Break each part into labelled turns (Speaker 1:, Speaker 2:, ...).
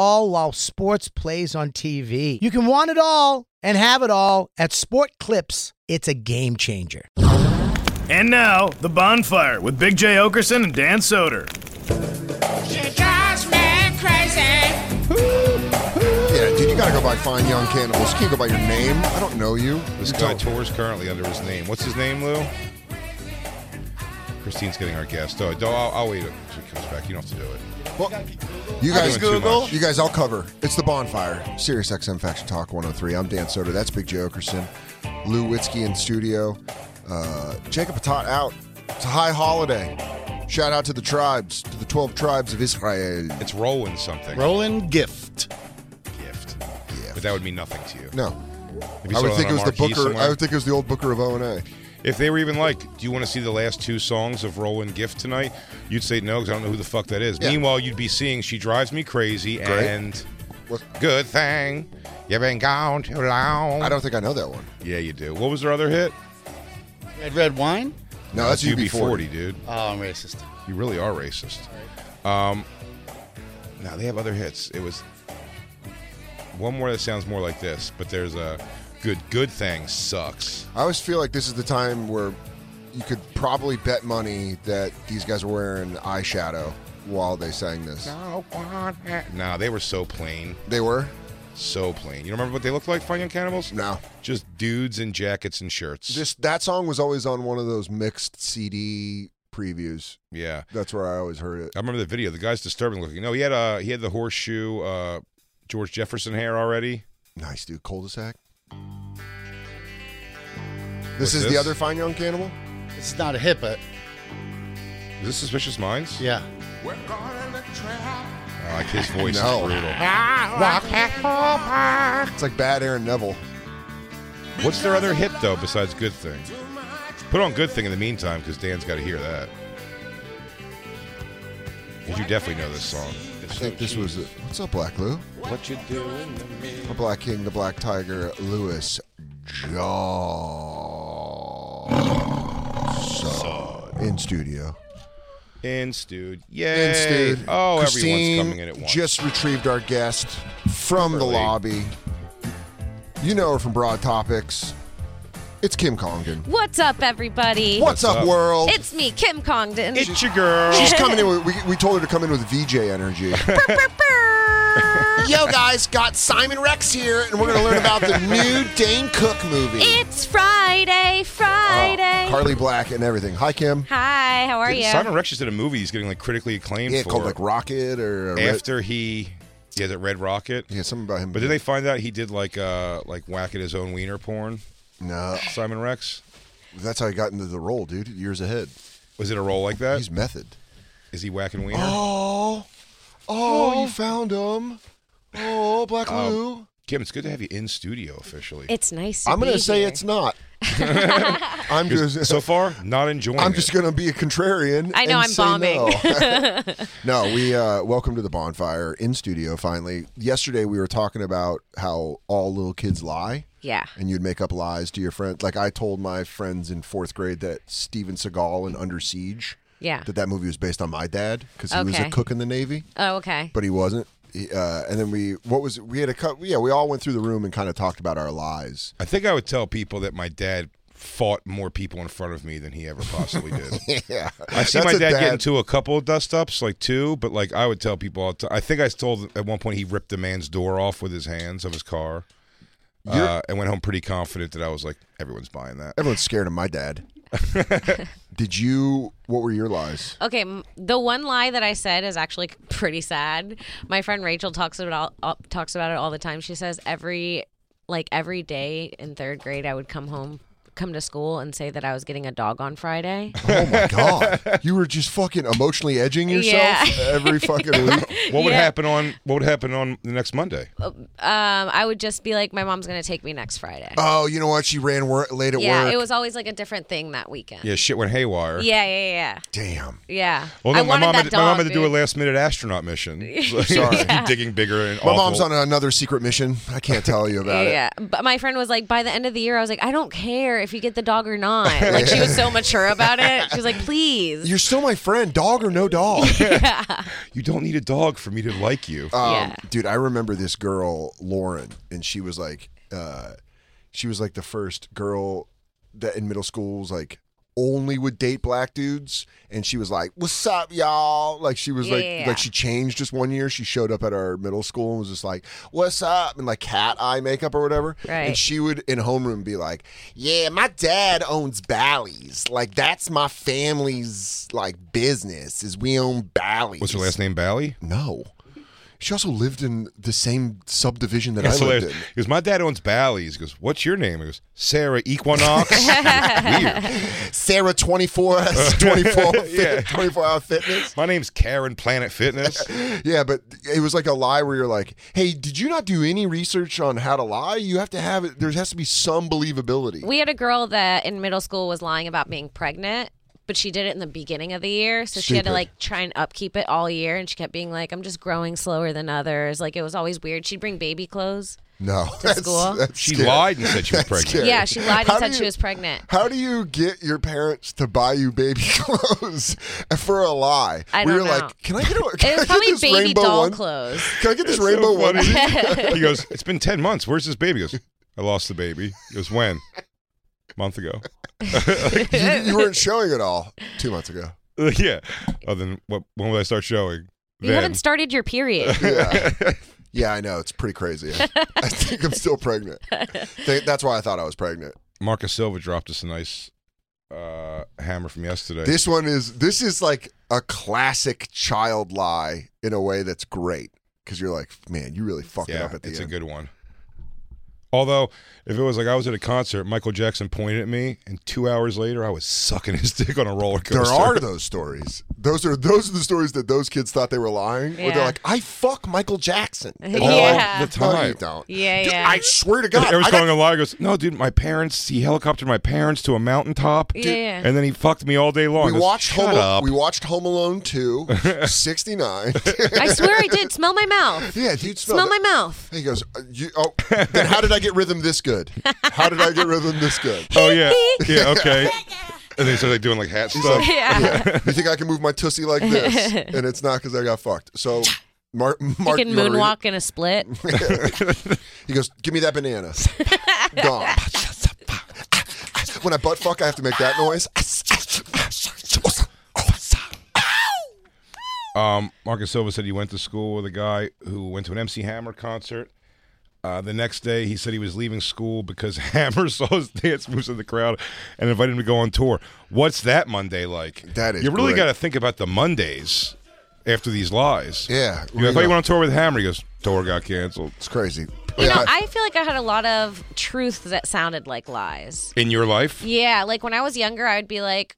Speaker 1: all while sports plays on TV. You can want it all and have it all at Sport Clips. It's a game changer.
Speaker 2: And now, The Bonfire with Big J. Okerson and Dan Soder.
Speaker 3: She drives me crazy.
Speaker 4: Yeah, dude, you gotta go by Fine Young Cannibals. You can't go by your name. I don't know you.
Speaker 5: This guy tours currently under his name. What's his name, Lou? Christine's getting our guest. Oh, I'll, I'll wait until she comes back. You don't have to do it.
Speaker 4: Well, you guys,
Speaker 5: Doing too Google. much.
Speaker 4: You guys, I'll cover. It's the bonfire. Sirius XM Faction Talk 103. I'm Dan Soder. That's Big J Okerson. Lou Witzke in studio. Uh, Jacob Patat out. It's a high holiday. Shout out to the tribes, to the 12 tribes of Israel.
Speaker 5: It's Roland something.
Speaker 6: Roland Gift.
Speaker 5: Gift.
Speaker 4: Yeah.
Speaker 5: But that would mean nothing to you.
Speaker 4: No.
Speaker 5: If you
Speaker 4: I
Speaker 5: saw
Speaker 4: would think it
Speaker 5: on
Speaker 4: was the
Speaker 5: a marquee
Speaker 4: Booker.
Speaker 5: somewhere-
Speaker 4: I would think it was the old Booker of O and A.
Speaker 5: If they were even like, do you want to see the last two songs of Roland Gift tonight? You'd say no because I don't know who the fuck that is.
Speaker 4: Yeah.
Speaker 5: Meanwhile, you'd be seeing She Drives Me Crazy
Speaker 4: Great.
Speaker 5: and
Speaker 4: What-
Speaker 5: Good Thing You've Been Gone Too Long.
Speaker 4: I don't think I know that one.
Speaker 5: Yeah, you do. What was their other hit?
Speaker 6: Red Red Wine?
Speaker 4: No, that's,
Speaker 5: UB40,
Speaker 4: UB40.
Speaker 5: dude.
Speaker 6: Oh, I'm racist.
Speaker 5: You really are racist. Um, now they have other hits. It was one more that sounds more like this, but there's a good good thing sucks.
Speaker 4: I always feel like this is the time where you could probably bet money that these guys were wearing eyeshadow while they sang this.
Speaker 5: Nah, they were so plain,
Speaker 4: They were?
Speaker 5: so plain. You remember what they looked like, Fine Young Cannibals?
Speaker 4: No.
Speaker 5: Just dudes in jackets and shirts.
Speaker 4: This that song was always on one of those mixed CD previews.
Speaker 5: yeah.
Speaker 4: That's where I always heard it.
Speaker 5: I remember the video. The guy's disturbing looking. No, he had a he had the horseshoe uh, George Jefferson hair already.
Speaker 4: Nice dude, cul-de-sac. This
Speaker 5: What's
Speaker 4: is
Speaker 5: this?
Speaker 4: the other fine young cannibal.
Speaker 6: This is not a hit, but
Speaker 5: Is this Suspicious Minds?
Speaker 6: yeah.
Speaker 5: I like his voice
Speaker 4: No.
Speaker 5: is brutal.
Speaker 4: It's like bad Aaron Neville.
Speaker 5: What's their other hit though besides Good Thing? Put on Good Thing in the meantime because Dan's got to hear that. 'Cause you definitely know this song.
Speaker 4: I think this was it. What's up, Black Lou?
Speaker 5: What you doing?
Speaker 4: The Black King, the Black Tiger, Lewis Johnson in studio.
Speaker 5: In Stude.
Speaker 4: In
Speaker 5: Yay.
Speaker 4: studio.
Speaker 5: Oh,
Speaker 4: Christine
Speaker 5: everyone's coming in at once.
Speaker 4: Just retrieved our guest from the
Speaker 5: Early.
Speaker 4: lobby. You know her from Broad Topics. It's Kim Congdon.
Speaker 7: What's up, everybody?
Speaker 4: What's, up,
Speaker 5: up?
Speaker 4: world?
Speaker 7: It's me, Kim Congdon.
Speaker 5: it's your girl.
Speaker 4: She's coming in. With, we, we told her to come in with VJ energy. Yo, guys, got Simon Rex here, and we're going to learn about the new Dane Cook movie.
Speaker 7: It's Friday, Friday.
Speaker 4: Oh, Carly Black and everything. Hi, Kim.
Speaker 7: Hi, how are
Speaker 5: Didn't-
Speaker 7: you?
Speaker 5: Simon Rex just did a movie he's getting like critically acclaimed
Speaker 4: Yeah,
Speaker 5: for.
Speaker 4: called like Rocket or uh, Red-
Speaker 5: after he did it Red Rocket.
Speaker 4: yeah, something about him.
Speaker 5: But then they find out he did like uh like whack at his own wiener porn.
Speaker 4: no,
Speaker 5: Simon Rex.
Speaker 4: that's how he got into the role, dude. Years ahead.
Speaker 5: Was it a role like that?
Speaker 4: He's method.
Speaker 5: Is he whacking wiener?
Speaker 4: Oh, oh, you found him. Oh, Black
Speaker 5: Um,
Speaker 4: Lou.
Speaker 5: Kim, it's good to have you in studio officially.
Speaker 7: It's nice. To
Speaker 4: I'm gonna
Speaker 7: be
Speaker 4: say
Speaker 7: here.
Speaker 4: it's not. I'm just
Speaker 5: so far, not enjoying
Speaker 4: I'm
Speaker 5: it.
Speaker 4: just gonna be a contrarian.
Speaker 7: I know,
Speaker 4: and
Speaker 7: I'm
Speaker 4: say
Speaker 7: bombing.
Speaker 4: No, No, we uh, welcome to the bonfire in studio. Finally, yesterday we were talking about how all little kids lie,
Speaker 7: Yeah.
Speaker 4: and you'd make up lies to your friends. Like I told my friends in fourth grade that Steven Seagal in Under Siege,
Speaker 7: Yeah.
Speaker 4: that that movie was based on my dad because he was a
Speaker 7: Okay.
Speaker 4: cook in the Navy
Speaker 7: Oh, okay.
Speaker 4: but he wasn't. He, uh, and then we, what was we had a cut? Yeah, we all went through the room and kind of talked about our lies.
Speaker 5: I think I would tell people that my dad fought more people in front of me than he ever possibly did.
Speaker 4: yeah.
Speaker 5: I see
Speaker 4: That's
Speaker 5: my
Speaker 4: a
Speaker 5: dad, get into a couple of dust ups, like two, but like I would tell people all the time. I think I told at one point he ripped a man's door off with his hands of his car, uh, and went home pretty confident that I was like, everyone's buying that.
Speaker 4: Everyone's scared of my dad. Did you? What were your lies?
Speaker 7: Okay, m- the one lie that I said is actually pretty sad. My friend Rachel talks about all, all- talks about it all the time. She says every like every day in third grade, I would come home, come to school, and say that I was getting a dog on Friday.
Speaker 4: Oh my god! You were just fucking emotionally edging yourself
Speaker 7: Yeah.
Speaker 4: every fucking week.
Speaker 5: What would
Speaker 7: Yeah.
Speaker 5: happen on What would happen on the next Monday?
Speaker 7: Um, I would just be like, my mom's gonna take me next Friday.
Speaker 4: Oh, you know what? She ran wor- late at
Speaker 7: yeah,
Speaker 4: work.
Speaker 7: it was always like a different thing that weekend.
Speaker 5: Yeah, shit went haywire.
Speaker 7: yeah, yeah, yeah.
Speaker 4: Damn.
Speaker 7: yeah.
Speaker 5: Well, no,
Speaker 7: I
Speaker 5: my
Speaker 7: wanted
Speaker 5: mom
Speaker 7: that
Speaker 5: had,
Speaker 7: dog.
Speaker 5: my mom had to do a
Speaker 7: dude.
Speaker 5: last minute astronaut mission.
Speaker 4: Sorry.
Speaker 5: digging bigger and
Speaker 4: My
Speaker 5: awful.
Speaker 4: mom's on another secret mission. I can't tell you about it.
Speaker 7: Yeah, but my friend was like, by the end of the year, I was like, I don't care if you get the dog or not. Like she was so mature about it. She was like, please.
Speaker 4: You're still my friend, dog or no dog.
Speaker 5: You don't need a dog for me to like you.
Speaker 4: Um,
Speaker 7: Yeah.
Speaker 4: Dude, I remember this girl, Lauren, and she was like, uh, she was like the first girl that in middle school was like only would date black dudes, and she was like, "What's up, y'all?" Like she was
Speaker 7: Yeah,
Speaker 4: like,
Speaker 7: yeah, yeah.
Speaker 4: like she changed just one year. She showed up at our middle school and was just like, "What's up?" and like cat eye makeup or whatever.
Speaker 7: Right.
Speaker 4: And she would in homeroom be like, "Yeah, my dad owns Bally's. Like that's my family's like business is we own Bally's."
Speaker 5: What's her last name? Bally.
Speaker 4: No. She also lived in the same subdivision that I lived in.
Speaker 5: He goes, my dad owns Bally's. He goes, what's your name? He goes, Sarah Equinox. Weird.
Speaker 4: Sarah 24, 24, fit- 24 hour fitness.
Speaker 5: My name's Karen Planet Fitness.
Speaker 4: Yeah, but it was like a lie where you're like, hey, did you not do any research on how to lie? You have to have it. There has to be some believability.
Speaker 7: We had a girl that in middle school was lying about being pregnant, but she did it in the beginning of the year. So she had to
Speaker 4: Stupid.
Speaker 7: like try and upkeep it all year. And she kept being like, I'm just growing slower than others. Like it was always weird. She'd bring baby clothes.
Speaker 4: no. That's,
Speaker 7: school?
Speaker 4: that's
Speaker 5: She
Speaker 4: scary.
Speaker 5: lied and said she was
Speaker 4: scary.
Speaker 5: pregnant.
Speaker 7: Yeah, she lied
Speaker 4: How
Speaker 7: and
Speaker 4: do
Speaker 7: said she
Speaker 4: you-
Speaker 7: was pregnant.
Speaker 4: How do you get your parents to buy you baby clothes for a lie?
Speaker 7: I
Speaker 4: we
Speaker 7: don't
Speaker 4: were
Speaker 7: know.
Speaker 4: like, can I get, a, can I
Speaker 7: It was
Speaker 4: get
Speaker 7: probably
Speaker 4: this
Speaker 7: baby
Speaker 4: rainbow
Speaker 7: doll
Speaker 4: one?
Speaker 7: clothes.
Speaker 4: Can I get this rainbow one?
Speaker 5: he goes, it's been 10 months. Where's this baby? He goes, I lost the baby. He goes, when? A month ago.
Speaker 4: you, you weren't showing it all two months ago.
Speaker 5: yeah. Oh, then what, when will I start showing?
Speaker 7: You
Speaker 5: Then.
Speaker 7: haven't started your period.
Speaker 4: Yeah. yeah, I know. It's pretty crazy. I, I think I'm still pregnant. Th- that's why I thought I was pregnant.
Speaker 5: Marcus Silva dropped us a nice uh, hammer from yesterday.
Speaker 4: This one is this is like a classic child lie in a way that's great because you're like, man, you really fucked it
Speaker 5: yeah,
Speaker 4: up at the
Speaker 5: it's
Speaker 4: end.
Speaker 5: a good one. Although, if it was like I was at a concert, Michael Jackson pointed at me, and two hours later, I was sucking his dick on a roller coaster.
Speaker 4: there are those stories. Those are those are the stories that those kids thought they were lying. Where they're
Speaker 7: Yeah.
Speaker 4: like, I fuck Michael Jackson. And
Speaker 7: Yeah.
Speaker 4: they're like,
Speaker 5: all the
Speaker 4: No, you
Speaker 5: time.
Speaker 4: don't.
Speaker 7: Yeah,
Speaker 4: Dude,
Speaker 7: yeah.
Speaker 4: I swear to God,
Speaker 5: There was
Speaker 4: I got-
Speaker 5: going a lie. He Goes, no, dude, my parents. He helicoptered my parents to a mountaintop.
Speaker 7: Yeah, yeah.
Speaker 5: And then he fucked me all day long.
Speaker 4: we
Speaker 5: I goes,
Speaker 4: watched
Speaker 5: Shut
Speaker 4: Home.
Speaker 5: up.
Speaker 4: We watched Home Alone 2, 69.
Speaker 7: I swear I did. Smell my mouth.
Speaker 4: yeah, dude, smell
Speaker 7: Smell
Speaker 4: that.
Speaker 7: my mouth.
Speaker 4: He goes, uh, you, oh, then how did I get rhythm this good? How did I get rhythm this good?
Speaker 5: oh yeah, yeah, okay. and they started like, doing like hat stuff.
Speaker 7: Yeah.
Speaker 4: Yeah. You think I can move my tussie like this? And it's not because I got fucked. So, Mark,
Speaker 7: You
Speaker 4: Mark
Speaker 7: can
Speaker 4: you wanna read it?
Speaker 7: moonwalk in a split.
Speaker 4: He goes, give me that banana. Gone. When I butt fuck, I have to make that noise.
Speaker 5: Um, Marcus Silva said he went to school with a guy who went to an MC Hammer concert. Uh, the next day, he said he was leaving school because Hammer saw his dance moves in the crowd and invited him to go on tour. What's that Monday like?
Speaker 4: That is
Speaker 5: You really
Speaker 4: great.
Speaker 5: got to think about the Mondays after these lies.
Speaker 4: Yeah,
Speaker 5: You know,
Speaker 4: we
Speaker 5: if I
Speaker 4: know.
Speaker 5: went on tour with Hammer, he goes, tour got canceled.
Speaker 4: It's crazy.
Speaker 7: You
Speaker 4: Yeah,
Speaker 7: know, I feel like I had a lot of truths that sounded like lies.
Speaker 5: In your life?
Speaker 7: Yeah, like when I was younger, I would be like,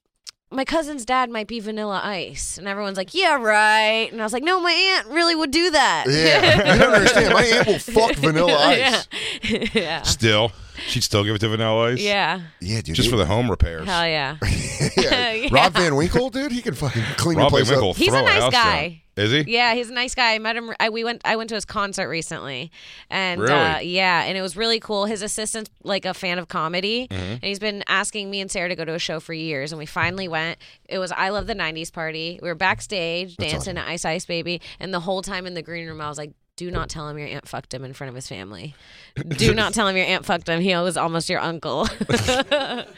Speaker 7: my cousin's dad might be vanilla ice. And everyone's like, yeah, right. And I was like, no, my aunt really would do that.
Speaker 4: yeah. you don't understand. My aunt will fuck vanilla ice. Yeah,
Speaker 7: yeah.
Speaker 5: Still. She'd still give it to Vanilla Ice?
Speaker 7: Yeah.
Speaker 4: dude.
Speaker 5: Just for the home repairs.
Speaker 7: Hell yeah.
Speaker 4: yeah.
Speaker 7: Yeah.
Speaker 4: Rob Van Winkle, dude, he can fucking clean the
Speaker 5: Rob Van
Speaker 4: place
Speaker 5: Winkle will
Speaker 4: up.
Speaker 7: He's a
Speaker 5: throw
Speaker 7: nice
Speaker 5: house down.
Speaker 7: guy.
Speaker 5: Is he?
Speaker 7: Yeah, he's a nice guy. I met him. I, we went. I went to his concert recently, and uh,
Speaker 5: Really?
Speaker 7: yeah, and it was really cool. His assistant's like a fan of comedy,
Speaker 5: Mm-hmm.
Speaker 7: and he's been asking me and Sarah to go to a show for years, and we finally went. It was I love the '90s party. We were backstage dancing to Ice Ice Baby, and the whole time in the green room, I was like. do not tell him your aunt fucked him in front of his family. Do not tell him your aunt fucked him. He was almost your uncle.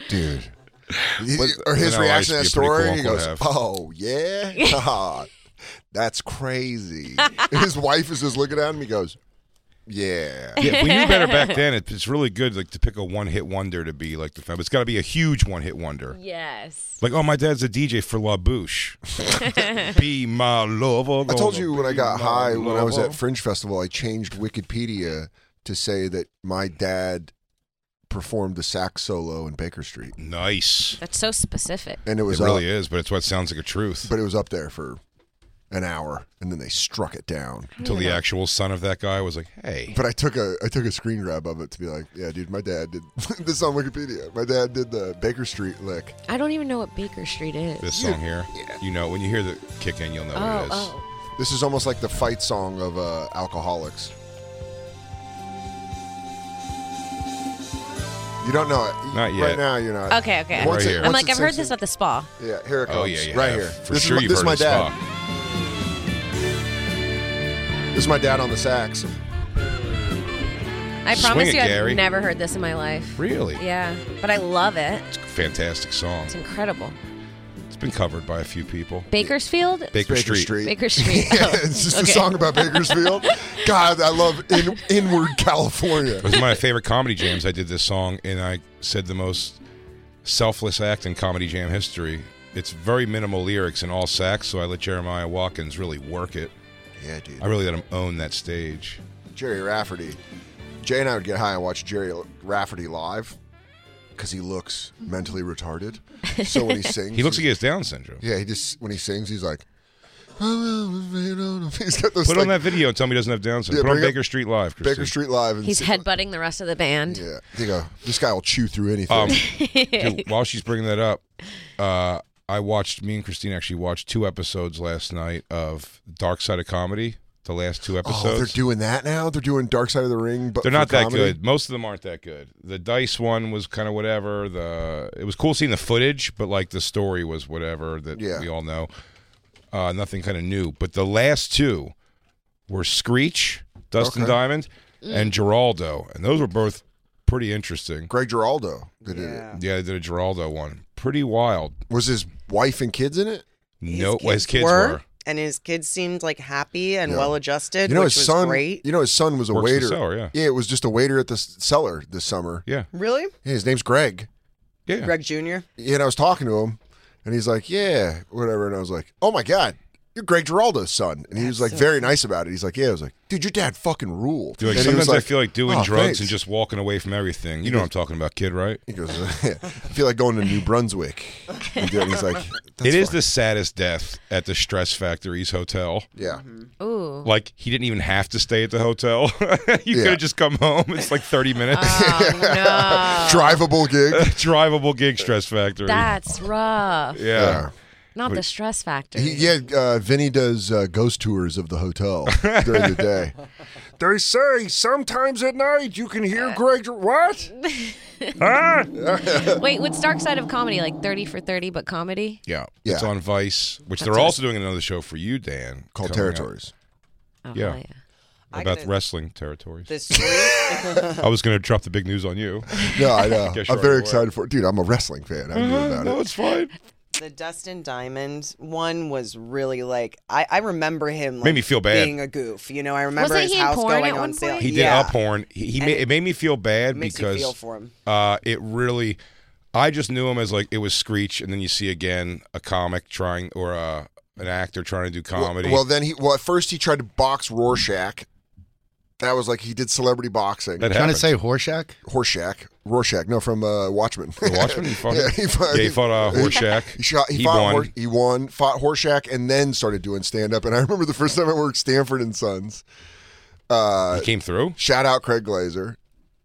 Speaker 4: dude. He-
Speaker 5: But-
Speaker 4: or his
Speaker 5: you know, I
Speaker 4: reaction to that
Speaker 5: used to be a pretty
Speaker 4: story, he
Speaker 5: cool
Speaker 4: goes, "Oh yeah, God, that's crazy." his wife is just looking at him. He goes, "Yeah,
Speaker 5: Yeah, we knew better back then. It, it's really good like to pick a one hit wonder to be like the film. It's got to be a huge one hit wonder.
Speaker 7: yes.
Speaker 5: Like, oh, my dad's a DJ for La Bouche. be my lover.
Speaker 4: I told
Speaker 5: gonna
Speaker 4: you when I
Speaker 5: be
Speaker 4: got
Speaker 5: my oh.
Speaker 4: high when I was
Speaker 5: lover.
Speaker 4: at Fringe Festival, I changed Wikipedia to say that my dad performed the sax solo in Baker Street,
Speaker 5: nice.
Speaker 7: That's so specific.
Speaker 4: and it was
Speaker 5: It really
Speaker 4: up,
Speaker 5: is, but it's what sounds like a truth.
Speaker 4: but it was up there for an hour, and then they struck it down.
Speaker 5: Until the actual son of that guy was like, hey.
Speaker 4: But I took a I took a screen grab of it to be like, yeah, dude, my dad did this is on Wikipedia. My dad did the Baker Street lick.
Speaker 7: I don't even know what Baker Street is.
Speaker 5: This song here, you know, when you hear the kick in, you'll know what
Speaker 7: oh,
Speaker 5: it is.
Speaker 7: oh.
Speaker 4: This is almost like the fight song of uh, alcoholics. You don't know it
Speaker 5: Not
Speaker 4: Right
Speaker 5: yet.
Speaker 4: now, you're not.
Speaker 7: Okay, okay.
Speaker 4: Once
Speaker 5: Right here.
Speaker 4: it,
Speaker 7: I'm
Speaker 4: once
Speaker 7: like,
Speaker 4: it
Speaker 7: I've heard
Speaker 4: sinks
Speaker 7: this
Speaker 4: in-
Speaker 7: at the spa.
Speaker 4: Yeah, here it comes.
Speaker 5: Oh, yeah, yeah.
Speaker 4: Right here.
Speaker 5: For
Speaker 4: this
Speaker 5: sure
Speaker 4: is my,
Speaker 5: you've
Speaker 4: this is
Speaker 5: heard
Speaker 4: my
Speaker 5: of
Speaker 4: dad.
Speaker 5: Spock.
Speaker 4: This is my dad on the sax.
Speaker 7: I
Speaker 5: Swing
Speaker 7: promise
Speaker 5: it,
Speaker 7: you,
Speaker 5: Gary.
Speaker 7: I've never heard this in my life.
Speaker 5: Really?
Speaker 7: Yeah, but I love it.
Speaker 5: It's a fantastic song.
Speaker 7: It's incredible.
Speaker 5: It's been covered by a few people.
Speaker 7: Bakersfield?
Speaker 5: Baker,
Speaker 4: Baker
Speaker 5: Street.
Speaker 4: Street.
Speaker 7: Baker Street.
Speaker 4: Yeah, it's just a song about Bakersfield. God, I love in, inward California.
Speaker 5: It was my favorite comedy jams. I did this song, and I said the most selfless act in comedy jam history. It's very minimal lyrics and all sax, so I let Jeremiah Watkins really work it.
Speaker 4: Yeah, dude.
Speaker 5: I really let him own that stage.
Speaker 4: Jerry Rafferty. Jay and I would get high and watch Jerry Rafferty live because he looks mentally retarded. So when he sings,
Speaker 5: He looks like he has Down syndrome.
Speaker 4: yeah. He just when he sings, he's like, he's got those
Speaker 5: Put on
Speaker 4: like,
Speaker 5: that video and tell me he doesn't have Down syndrome.
Speaker 4: Yeah,
Speaker 5: Put on
Speaker 4: bring up
Speaker 5: Baker Street Live, Christine.
Speaker 4: Baker Street live. And
Speaker 7: He's
Speaker 4: sit-
Speaker 7: headbutting the rest of the band.
Speaker 4: Yeah, they go. This guy will chew through anything.
Speaker 5: Um, dude, while she's bringing that up, uh, I watched. Me and Christine actually watched two episodes last night of Dark Side of Comedy. The last two episodes.
Speaker 4: oh, they're doing that now. They're doing Dark Side of the Ring, but
Speaker 5: They're
Speaker 4: for
Speaker 5: not that
Speaker 4: comedy?
Speaker 5: good. Most of them aren't that good. The dice one was kind of whatever. The it was cool seeing the footage, but like the story was whatever that
Speaker 4: Yeah.
Speaker 5: we all know. Uh, nothing kind of new. But the last two were Screech, Dustin
Speaker 4: Okay.
Speaker 5: Diamond, and Geraldo, and those were both pretty interesting.
Speaker 4: Greg Giraldo that did it.
Speaker 5: Yeah, they did a Geraldo one. Pretty wild.
Speaker 4: Was his wife and kids in it?
Speaker 5: no, well, his kids were.
Speaker 8: and his kids seemed like happy and
Speaker 4: Yeah.
Speaker 8: well adjusted.
Speaker 4: You know
Speaker 8: which
Speaker 4: his
Speaker 8: was
Speaker 4: son.
Speaker 8: great.
Speaker 4: You know his son was a
Speaker 5: Works in the
Speaker 4: waiter.
Speaker 5: cellar, yeah.
Speaker 4: it was just a waiter at the s- cellar this summer.
Speaker 5: Yeah,
Speaker 8: Really,
Speaker 4: Yeah, his name's Greg.
Speaker 5: yeah.
Speaker 8: Greg Jr.
Speaker 4: Yeah, and I was talking to him, and he's like, "Yeah, whatever." And I was like, "Oh my god, you're Greg Giraldo's son," and he was like very nice about it. He's like, "Yeah," I was like, "Dude, your dad fucking ruled."
Speaker 5: Dude, like,
Speaker 4: and he was
Speaker 5: sometimes I feel like doing
Speaker 4: "Oh,
Speaker 5: drugs
Speaker 4: thanks."
Speaker 5: and just walking away from everything. You know what I'm talking about, kid, right?
Speaker 4: He goes, "I feel like going to New Brunswick." And then he's like, That's
Speaker 5: it is
Speaker 4: fine."
Speaker 5: the saddest death at the Stress Factories Hotel.
Speaker 4: Yeah,
Speaker 7: Ooh.
Speaker 5: Like he didn't even have to stay at the hotel. you
Speaker 4: Yeah.
Speaker 5: could have just come home. It's like 30 minutes.
Speaker 8: Uh.
Speaker 7: Oh,
Speaker 4: drivable gig.
Speaker 5: Drivable gig stress
Speaker 7: no.
Speaker 5: factory.
Speaker 7: That's rough.
Speaker 5: yeah.
Speaker 4: Yeah.
Speaker 7: Not the stress factor.
Speaker 4: He, yeah, uh, Vinny does uh, ghost tours of the hotel during the day. They say sometimes at night you can hear Greg. What?
Speaker 7: Wait, what's Dark Side of Comedy? Like 30 for 30, but comedy?
Speaker 5: Yeah.
Speaker 4: Yeah.
Speaker 5: It's on Vice, which they're also doing another show for you, Dan.
Speaker 4: Called
Speaker 5: coming up
Speaker 4: territories.
Speaker 7: Oh,
Speaker 5: Yeah.
Speaker 7: hell
Speaker 5: About wrestling territories.
Speaker 8: This week,
Speaker 5: I was going to drop the big news on you.
Speaker 4: No, I know.
Speaker 5: Guess
Speaker 4: I'm
Speaker 5: you're
Speaker 4: very
Speaker 5: right.
Speaker 4: excited for it, dude. I'm a wrestling fan. I knew about
Speaker 5: Mm-hmm. no,
Speaker 4: it.
Speaker 5: it's fine.
Speaker 8: the Dustin Diamond one was really like I, I remember him like,
Speaker 5: Made me feel bad.
Speaker 8: being a goof. You know, I remember
Speaker 7: Wasn't
Speaker 8: his
Speaker 7: he in
Speaker 8: house
Speaker 7: porn
Speaker 8: going
Speaker 7: at
Speaker 8: on
Speaker 7: one
Speaker 8: sale.
Speaker 7: point?
Speaker 5: He did
Speaker 8: Uh, yeah.
Speaker 5: up horn. He, he made, it made me feel bad
Speaker 8: makes you
Speaker 5: because
Speaker 8: feel for him.
Speaker 5: Uh, it really, I just knew him as like it was Screech, and then you see again a comic trying or uh, an actor trying to do comedy.
Speaker 4: Well, then he. Well, at first he tried to box Rorschach. That was like he did celebrity boxing.
Speaker 5: that
Speaker 6: Trying
Speaker 5: happened.
Speaker 6: to say Horshack?
Speaker 4: Horshack, Rorschach. No, from uh, Watchmen.
Speaker 5: The Watchman? He fought,
Speaker 4: yeah, he fought.
Speaker 5: yeah, he fought uh, Horshack.
Speaker 4: He shot. He,
Speaker 5: He
Speaker 4: fought.
Speaker 5: won.
Speaker 4: Hor- he won. Fought Horshack, and then started doing stand up. And I remember the first time I worked Stanford and Sons. Uh,
Speaker 5: He came through.
Speaker 4: shout out Craig Glazer.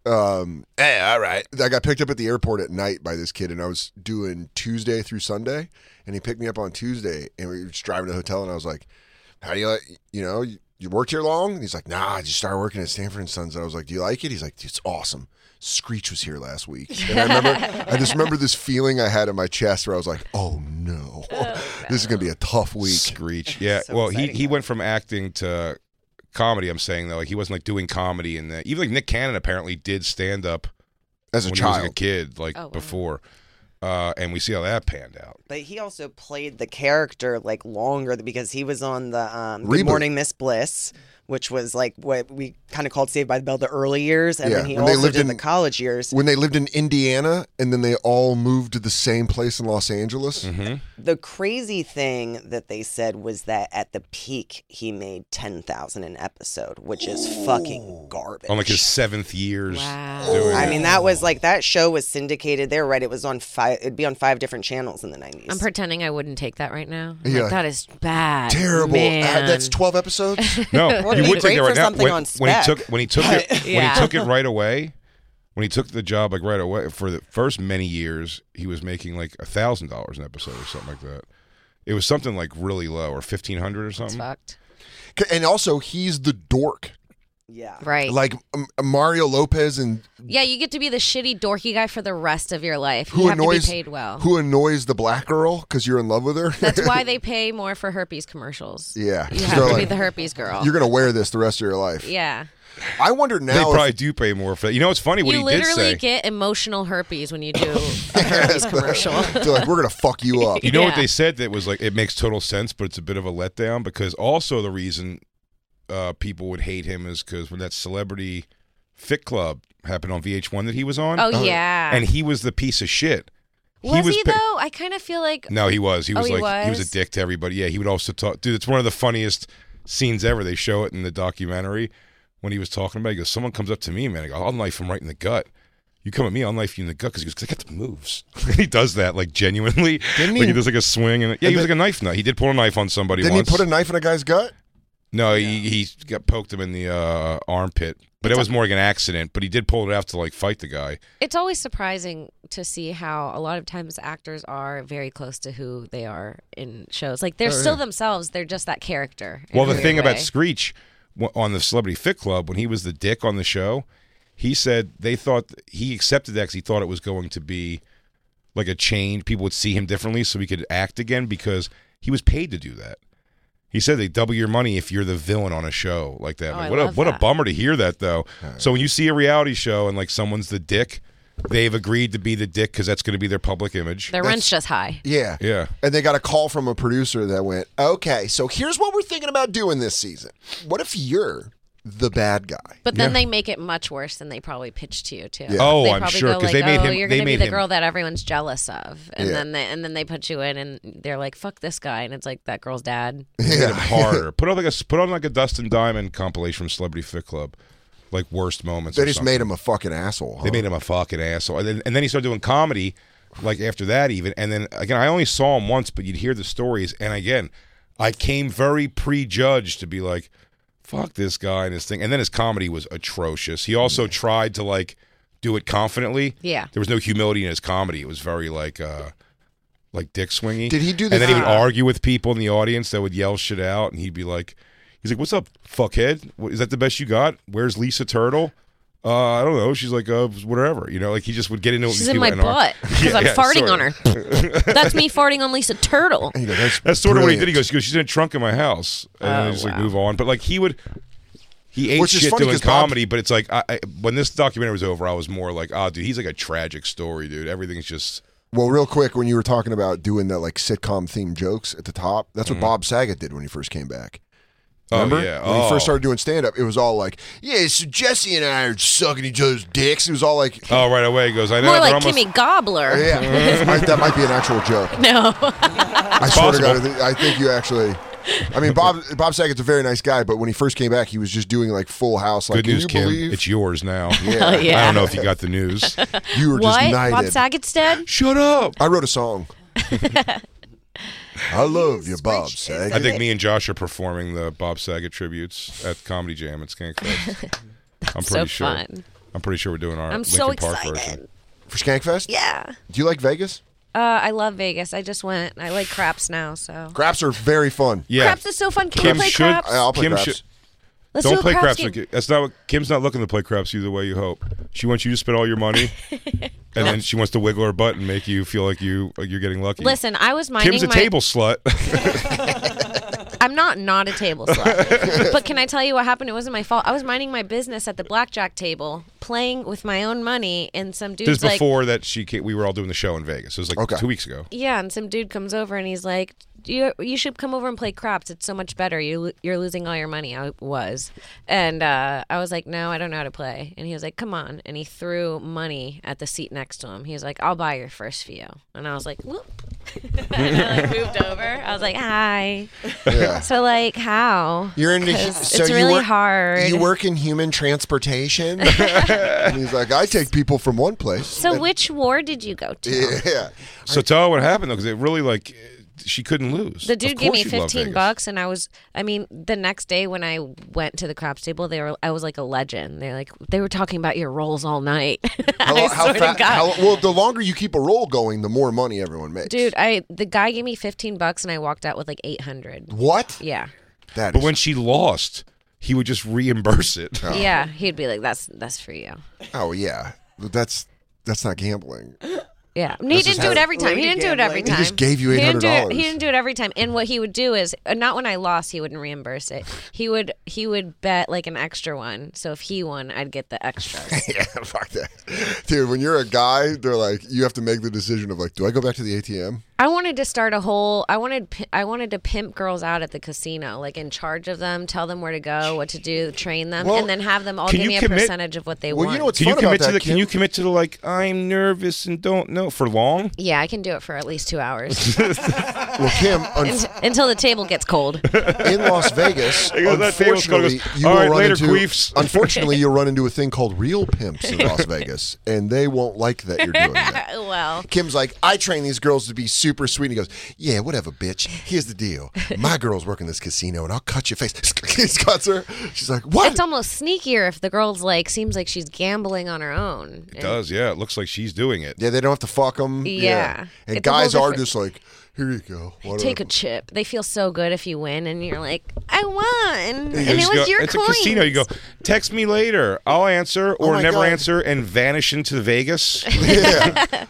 Speaker 4: Um, hey, all right. I got picked up at the airport at night by this kid, and I was doing Tuesday through Sunday, and he picked me up on Tuesday, and we were just driving to the hotel, and I was like, "How do you like? You know, you, you worked here long?" And he's like, "Nah, I just started working at Stanford and Sons." And I was like, "Do you like it?" He's like, "It's awesome." Screech was here last week, and I remember, I just remember this feeling I had in my chest where I was like, "Oh no, this is gonna be a tough week."
Speaker 5: Screech. Yeah. well, he, he went from acting to comedy. I'm saying though, like he wasn't like doing comedy, and even like Nick Cannon apparently did stand up
Speaker 4: as a
Speaker 5: when
Speaker 4: child.
Speaker 5: he was like, a kid, like
Speaker 7: Oh, wow.
Speaker 5: before. Uh, and we see how that panned out.
Speaker 8: But he also played the character like longer th- because he was on the um,
Speaker 4: Reboot.
Speaker 8: Good Morning Miss Bliss, which was like what we kind of called Saved by the Bell the early years, and
Speaker 4: Yeah,
Speaker 8: then he
Speaker 4: when they
Speaker 8: also
Speaker 4: lived
Speaker 8: did the
Speaker 4: in-
Speaker 8: college years.
Speaker 4: when they lived in Indiana and then they all moved to the same place in Los Angeles.
Speaker 5: Mm-hmm.
Speaker 8: The crazy thing that they said was that at the peak he made ten thousand an episode, which is fucking garbage.
Speaker 5: On like his seventh years.
Speaker 7: Wow.
Speaker 4: Oh,
Speaker 5: Doing
Speaker 8: I
Speaker 5: it.
Speaker 8: mean, that was like that show was syndicated. They're right; it was on five. It'd be on five different channels in the nineties.
Speaker 7: I'm pretending I wouldn't take that right now. I'm
Speaker 4: Yeah.
Speaker 7: like, that is bad.
Speaker 4: Terrible.
Speaker 7: Man.
Speaker 4: Uh, that's
Speaker 5: Um,
Speaker 4: 12 episodes.
Speaker 5: No,
Speaker 8: Wouldn't
Speaker 5: you
Speaker 8: it
Speaker 5: would
Speaker 8: be
Speaker 5: take
Speaker 8: great
Speaker 5: it
Speaker 8: for
Speaker 5: right now.
Speaker 8: something
Speaker 5: When,
Speaker 8: on
Speaker 5: when he
Speaker 8: spec?
Speaker 5: took when he took it when
Speaker 7: Yeah.
Speaker 5: he took it right away, when he took the job like right away for the first many years, he was making like a thousand dollars an episode or something like that. It was something like really low or fifteen hundred or
Speaker 7: It's
Speaker 5: something.
Speaker 7: fucked.
Speaker 4: K- and also, he's the dork.
Speaker 8: yeah.
Speaker 7: Right.
Speaker 4: Like um, Mario Lopez and
Speaker 7: yeah, you get to be the shitty dorky guy for the rest of your life.
Speaker 4: who
Speaker 7: you have
Speaker 4: annoys
Speaker 7: to be paid well.
Speaker 4: who annoys the black girl because you're in love with her.
Speaker 7: That's why they pay more for herpes commercials.
Speaker 4: yeah,
Speaker 7: You
Speaker 4: They're
Speaker 7: have to be
Speaker 4: like,
Speaker 7: the herpes girl.
Speaker 4: you're gonna wear this the rest of your life.
Speaker 7: yeah.
Speaker 4: I wonder
Speaker 5: They
Speaker 4: now.
Speaker 5: probably
Speaker 4: if,
Speaker 5: do pay more for that. You know, it's funny what
Speaker 7: you
Speaker 5: he did
Speaker 7: literally
Speaker 5: say. Oh,
Speaker 7: get emotional herpes when you do a herpes commercial.
Speaker 4: they're like, we're gonna fuck you up.
Speaker 5: you know what
Speaker 7: Yeah.
Speaker 5: they said that was like it makes total sense, but it's a bit of a letdown because also the reason uh, people would hate him is because when that celebrity fit club happened on VH1 that he was on,
Speaker 7: Oh, yeah.
Speaker 5: and he was the piece of shit.
Speaker 7: was he,
Speaker 5: pa-
Speaker 7: though? I kind of feel like
Speaker 5: No, he was. He
Speaker 7: Oh,
Speaker 5: was
Speaker 7: he
Speaker 5: like he was a
Speaker 7: was?
Speaker 5: dick to everybody. Yeah, he would also talk. Dude, it's one of the funniest scenes ever. They show it in the documentary when he was talking about. It. He goes, "Someone comes up to me, man. I go, I'll knife him right in the gut." You come at me, I'll knife you in the gut because he goes, 'Cause I got the moves. he does that like genuinely.
Speaker 4: Didn't
Speaker 5: like
Speaker 4: he-
Speaker 5: he does like a swing and yeah, he was like a knife nut. He did pull a knife on somebody
Speaker 4: Didn't
Speaker 5: once.
Speaker 4: he put a knife in a guy's gut?
Speaker 5: no, he, he got poked him in the uh, armpit, but it was more like an accident. But he did pull it out to like fight the guy.
Speaker 7: it's always surprising to see how a lot of times actors are very close to who they are in shows. Like they're still themselves, they're just that character. in
Speaker 5: Oh, Well, the
Speaker 7: a weird
Speaker 5: thing about
Speaker 7: way.
Speaker 5: Screech w- on the Celebrity Fit Club, when he was the dick on the show, he said they thought he accepted that because he thought it was going to be like a change. People would see him differently so he could act again because he was paid to do that. He said they double your money if you're the villain on a show like that.
Speaker 7: Oh,
Speaker 5: Like,
Speaker 7: I
Speaker 5: what a
Speaker 7: love
Speaker 5: what a
Speaker 7: that.
Speaker 5: bummer to hear that though. So when you see a reality show and like someone's the dick, they've agreed to be the dick because that's going to be their public image.
Speaker 7: their rent's just high.
Speaker 4: Yeah.
Speaker 5: Yeah.
Speaker 4: And they got a call from a producer that went, okay, so here's what we're thinking about doing this season. What if you're the bad guy?
Speaker 7: But then they make it much worse than they probably pitched to you too.
Speaker 5: Oh,
Speaker 7: they
Speaker 5: I'm
Speaker 7: probably
Speaker 5: sure,
Speaker 7: go
Speaker 5: 'cause they
Speaker 7: like,
Speaker 5: made
Speaker 7: oh,
Speaker 5: him-
Speaker 7: You're
Speaker 5: they
Speaker 7: gonna be
Speaker 5: made
Speaker 7: the
Speaker 5: him-
Speaker 7: girl that everyone's jealous of, and
Speaker 4: Yeah.
Speaker 7: then they, and then they put you in, and they're like, "Fuck this guy," and it's like that girl's dad.
Speaker 5: hit him harder. Put on like a put on like a Dustin Diamond compilation from Celebrity Fit Club, like worst moments.
Speaker 4: They
Speaker 5: or
Speaker 4: just
Speaker 5: something.
Speaker 4: made him a fucking asshole. Huh?
Speaker 5: They made him a fucking asshole, and then, and then he started doing comedy, like after that even. And then again, I only saw him once, but you'd hear the stories. And again, I came very prejudged to be like, "Fuck this guy and his thing." And then his comedy was atrocious. He also tried to like do it confidently.
Speaker 7: Yeah.
Speaker 5: there was no humility in his comedy. It was very like. uh like dick swingy.
Speaker 4: Did he do
Speaker 5: And then he
Speaker 4: the- uh,
Speaker 5: would argue with people in the audience that would yell shit out, and he'd be like, "He's like, what's up, fuckhead? What, is that the best you got? Where's Lisa Turtle? Uh, I don't know. She's like, uh, whatever. You know, like he just would get into it. with
Speaker 7: She's
Speaker 5: these
Speaker 7: in
Speaker 5: people and
Speaker 7: my
Speaker 5: ar-
Speaker 7: butt because
Speaker 5: Yeah,
Speaker 7: I'm
Speaker 5: yeah,
Speaker 7: farting
Speaker 5: sorta.
Speaker 7: on her. That's me farting on Lisa Turtle.
Speaker 4: And you go, That's,
Speaker 5: That's sort of what he
Speaker 4: brilliant."
Speaker 5: did. He goes, he goes, she's in a trunk in my house, and
Speaker 7: Oh,
Speaker 5: then I just like move on. But like he would. He ate
Speaker 4: Which is
Speaker 5: shit
Speaker 4: funny
Speaker 5: doing
Speaker 4: 'cause Bob-
Speaker 5: comedy, but it's like I, I, when this documentary was over, I was more like, "Ah, dude, he's like a tragic story, dude. Everything's just
Speaker 4: Well, real quick, when you were talking about doing that like sitcom themed jokes at the top, that's what Bob Saget did when he first came back.
Speaker 5: Mm-hmm. Oh,
Speaker 4: Remember?
Speaker 5: yeah.
Speaker 4: When he
Speaker 5: Oh.
Speaker 4: first started doing stand up, it was all like, yeah, so Jesse and I are sucking each other's dicks. It was all like,
Speaker 5: oh, right away." He goes, "I know."
Speaker 7: More
Speaker 5: but
Speaker 7: like
Speaker 5: almost-
Speaker 7: Kimmy Gobbler.
Speaker 4: yeah, I- that might be an actual joke.
Speaker 7: No,
Speaker 4: I swear to God, I
Speaker 5: possible.
Speaker 4: thi- I think you actually. I mean, Bob Bob Saget's a very nice guy, but when he first came back, he was just doing like Full House. Like,
Speaker 5: Good
Speaker 4: can
Speaker 5: news,
Speaker 4: you
Speaker 5: Kim.
Speaker 4: believe
Speaker 5: It's yours now.
Speaker 4: Yeah. Hell
Speaker 7: yeah.
Speaker 5: I don't know if you got the news.
Speaker 4: you were just
Speaker 7: what?
Speaker 4: knighted?
Speaker 7: Bob Saget's dead.
Speaker 5: Shut up.
Speaker 4: I wrote a song. I love you, Bob Saget.
Speaker 5: I think me and Josh are performing the Bob Saget tributes at Comedy Jam at Skankfest. I'm pretty
Speaker 7: so
Speaker 5: sure.
Speaker 7: fun.
Speaker 5: I'm pretty sure we're doing our
Speaker 7: I'm
Speaker 5: Linkin
Speaker 7: so
Speaker 5: Park
Speaker 7: excited.
Speaker 5: version.
Speaker 4: for Skankfest.
Speaker 7: Yeah.
Speaker 4: Do you like Vegas?
Speaker 7: Uh, I love Vegas. I just went. I like craps now. So
Speaker 4: Craps are very fun.
Speaker 5: Yeah.
Speaker 7: craps is so fun. Can
Speaker 5: Kim
Speaker 7: we play
Speaker 5: should.
Speaker 7: craps?
Speaker 4: I'll play
Speaker 5: Kim
Speaker 4: craps.
Speaker 5: should-
Speaker 7: Let's
Speaker 5: don't
Speaker 7: do a
Speaker 5: play
Speaker 7: craps,
Speaker 5: craps.
Speaker 7: game.
Speaker 5: with- That's not what Kim's not looking to play craps you the way you hope. She wants you to spend all your money, and then she wants to wiggle her butt and make you feel like you like you're getting lucky.
Speaker 7: Listen, I was minding
Speaker 5: Kim's a
Speaker 7: my
Speaker 5: table slut.
Speaker 7: I'm not not a table slut. but can I tell you what happened? It wasn't my fault. I was minding my business at the blackjack table, playing with my own money, and some
Speaker 5: This
Speaker 7: dude's
Speaker 5: is
Speaker 7: like,
Speaker 5: before that she came, we were all doing the show in Vegas. It was like
Speaker 4: Okay.
Speaker 5: two weeks ago.
Speaker 7: yeah, and some dude comes over and he's like, you you should come over and play craps. It's so much better. You lo- you're losing all your money. I was, and uh, I was like, no, I don't know how to play. And he was like, come on, and he threw money at the seat next to him. He was like, I'll buy your first few, and I was like, whoop, and I like moved over. I was like, hi.
Speaker 4: Yeah.
Speaker 7: So like, how?
Speaker 4: You're in.
Speaker 7: 'Cause
Speaker 4: So
Speaker 7: it's
Speaker 4: you
Speaker 7: really
Speaker 4: work,
Speaker 7: hard.
Speaker 4: You work in human transportation. and he's like, I take people from one place.
Speaker 7: So which war did you go to?
Speaker 4: yeah.
Speaker 5: So tell her what happened though, because it really like she couldn't lose.
Speaker 7: The
Speaker 5: Of
Speaker 7: dude gave
Speaker 5: course
Speaker 7: me
Speaker 5: you love
Speaker 7: 15
Speaker 5: Vegas.
Speaker 7: bucks and I was I mean the next day when I went to the craps table they were I was like a legend. They like they were talking about your rolls all night. I swear to God.
Speaker 4: how- well, the longer you keep a roll going, the more money everyone makes.
Speaker 7: dude, I the guy gave me 15 bucks and I walked out with like 800.
Speaker 4: What?
Speaker 7: Yeah.
Speaker 4: That
Speaker 5: But
Speaker 4: is-
Speaker 5: when she lost, he would just reimburse it.
Speaker 7: Yeah, he'd be like that's that's for you.
Speaker 4: oh yeah, that's that's not gambling.
Speaker 7: Yeah, he didn't do it every time. He didn't do it every time.
Speaker 4: He just gave you
Speaker 7: He didn't do it-
Speaker 4: $800.
Speaker 7: He didn't do it every time. And what he would do is uh, not when I lost, he wouldn't reimburse it. He would he would bet like an extra one. So if he won, I'd get the extras.
Speaker 4: Yeah, fuck that, dude. When you're a guy, they're like, you have to make the decision of like, do I go back to the ATM?
Speaker 7: I wanted to start a whole. I wanted pi- I wanted to pimp girls out at the casino, like in charge of them, tell them where to go, what to do, train them,
Speaker 4: Well,
Speaker 7: and then have them all
Speaker 5: can
Speaker 7: give
Speaker 5: you
Speaker 7: me
Speaker 5: commit-
Speaker 7: a percentage of what they
Speaker 4: Well,
Speaker 7: want.
Speaker 4: you know what's
Speaker 5: Can you
Speaker 4: fun about
Speaker 5: commit to
Speaker 4: that?
Speaker 5: the? Can
Speaker 4: Kim?
Speaker 5: you commit to the like? I'm nervous and don't know for long.
Speaker 7: yeah, I can do it for at least two hours
Speaker 4: Well, Kim, un-
Speaker 7: until the table gets cold.
Speaker 4: in Las Vegas,
Speaker 5: He goes, "That table's cold."
Speaker 4: unfortunately,
Speaker 5: He goes,
Speaker 4: you
Speaker 5: "All
Speaker 4: will
Speaker 5: right,
Speaker 4: run
Speaker 5: later,
Speaker 4: into.
Speaker 5: queefs."
Speaker 4: Unfortunately, you'll run into a thing called real pimps in Las Vegas, and they won't like that you're doing that.
Speaker 7: Oh, well,
Speaker 4: Kim's like, I train these girls to be super sweet. And he goes, Yeah, whatever, bitch. Here's the deal. My girls work in this casino, and I'll cut your face. he cuts her. She's like, What?
Speaker 7: It's almost sneakier if the girl's like seems like she's gambling on her own.
Speaker 5: It does yeah. It looks like she's doing it.
Speaker 4: yeah, they don't have to fuck them.
Speaker 7: Yeah.
Speaker 4: And
Speaker 7: It's a whole
Speaker 4: guys are
Speaker 7: different-
Speaker 4: just like, Here you go. Whatever.
Speaker 7: Take a chip. They feel so good if you win, and you're like, I won, and
Speaker 5: You
Speaker 7: it
Speaker 5: just
Speaker 7: was
Speaker 5: go-
Speaker 7: your
Speaker 5: it's
Speaker 7: coins.
Speaker 5: a casino. You go, text me later. I'll answer or
Speaker 4: my
Speaker 5: never
Speaker 4: God.
Speaker 5: answer and vanish into Vegas.
Speaker 4: yeah.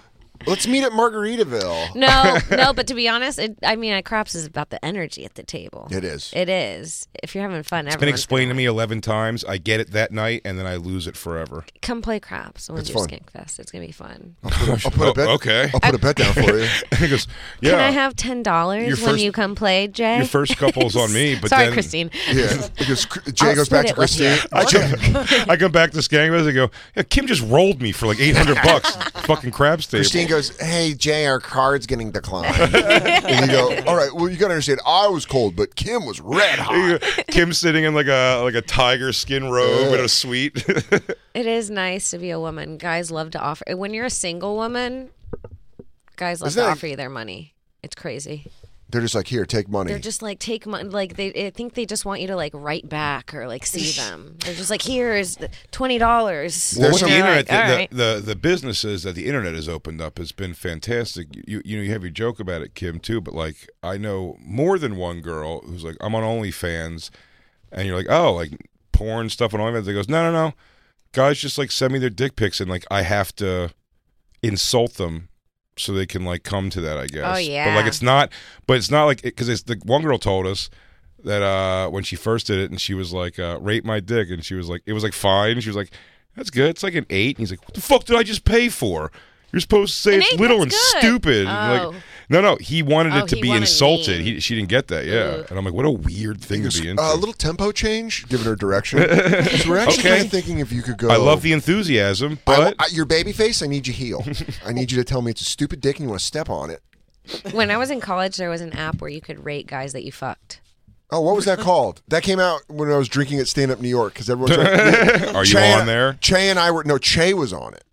Speaker 4: Let's meet at Margaritaville.
Speaker 7: No, no, but to be honest, it, I mean, at craps is about the energy at the table.
Speaker 4: It is.
Speaker 7: It is. If you're having fun,
Speaker 5: It's been
Speaker 7: everyone
Speaker 5: explained to me 11 times. I get it that night and then I lose it forever.
Speaker 7: Come play craps when
Speaker 4: It's
Speaker 7: you are
Speaker 4: fun.
Speaker 7: skink fest. It's gonna be fun.
Speaker 4: I'll put a
Speaker 5: Oh,
Speaker 4: bet.
Speaker 5: okay.
Speaker 4: I'll put a bet down for you.
Speaker 5: he goes, yeah.
Speaker 7: Can I have ten dollars
Speaker 5: Your
Speaker 7: when
Speaker 5: first-
Speaker 7: you come play, Jay?
Speaker 5: your first couple's on me, but
Speaker 7: sorry,
Speaker 5: then-
Speaker 7: Christine.
Speaker 4: Yeah. Because Jay
Speaker 7: I'll
Speaker 4: goes back
Speaker 7: split
Speaker 4: to
Speaker 7: it with you.
Speaker 4: Christine.
Speaker 5: I come, I come back to Scangbus and go, yeah, Kim just rolled me for like 800 bucks. fucking crab table.
Speaker 4: Christine goes, "Hey Jay, our card's getting declined." and you go, "All right, well you gotta understand, I was cold, but Kim was red hot."
Speaker 5: Kim sitting in like a like a tiger skin robe in a suite.
Speaker 7: It is nice to be a woman. Guys love to offer. When you're a single woman, guys love
Speaker 4: Isn't
Speaker 7: to
Speaker 4: that-
Speaker 7: offer you their money. It's crazy.
Speaker 4: They're just like, "Here, take money."
Speaker 7: They're just like take money. Like they, I think they just want you to like write back or like see them. They're just like, here is the twenty dollars.
Speaker 5: Well,
Speaker 4: There's
Speaker 5: with the
Speaker 4: some-
Speaker 5: internet,
Speaker 7: All right.
Speaker 5: the, the, the the businesses that the internet has opened up has been fantastic. You you know you have your joke about it, Kim, too. But like I know more than one girl who's like, I'm on OnlyFans, and you're like, oh, like porn stuff on OnlyFans. They goes, no, no, no, guys just like send me their dick pics, and like I have to insult them so they can like come to that. I guess. But like
Speaker 7: yeah.
Speaker 5: it's not, but it's not like because it's the one girl told us that uh when she first did it and she was like uh rate my dick and she was like it was like fine she was like that's good it's like an eight and he's like what the fuck did i just pay for you're supposed to say
Speaker 7: An
Speaker 5: it's
Speaker 7: eight?
Speaker 5: little and
Speaker 7: That's good."
Speaker 5: stupid And,
Speaker 7: Oh.
Speaker 5: like no no he wanted
Speaker 7: Oh,
Speaker 5: it to
Speaker 7: he
Speaker 5: be
Speaker 7: wanted
Speaker 5: insulted
Speaker 7: mean.
Speaker 5: he, she didn't get that yeah and i'm like what a weird
Speaker 4: He
Speaker 5: thing
Speaker 4: goes,
Speaker 5: to be into
Speaker 4: uh, a little tempo change, giving her direction. 'Cause we're actually
Speaker 5: Okay.
Speaker 4: kind of thinking if you could go.
Speaker 5: i love the enthusiasm
Speaker 4: I wa-
Speaker 5: but
Speaker 4: I- your baby face, I need you heel. I need you to tell me it's a stupid dick and you want to step on it.
Speaker 7: When I was in college, there was an app where you could rate guys that you fucked.
Speaker 4: Oh, what was that called? That came out when I was drinking at Stand Up New York because everyone's like,
Speaker 5: are you
Speaker 4: Che-
Speaker 5: on there
Speaker 4: Che and I were no. Che was on it.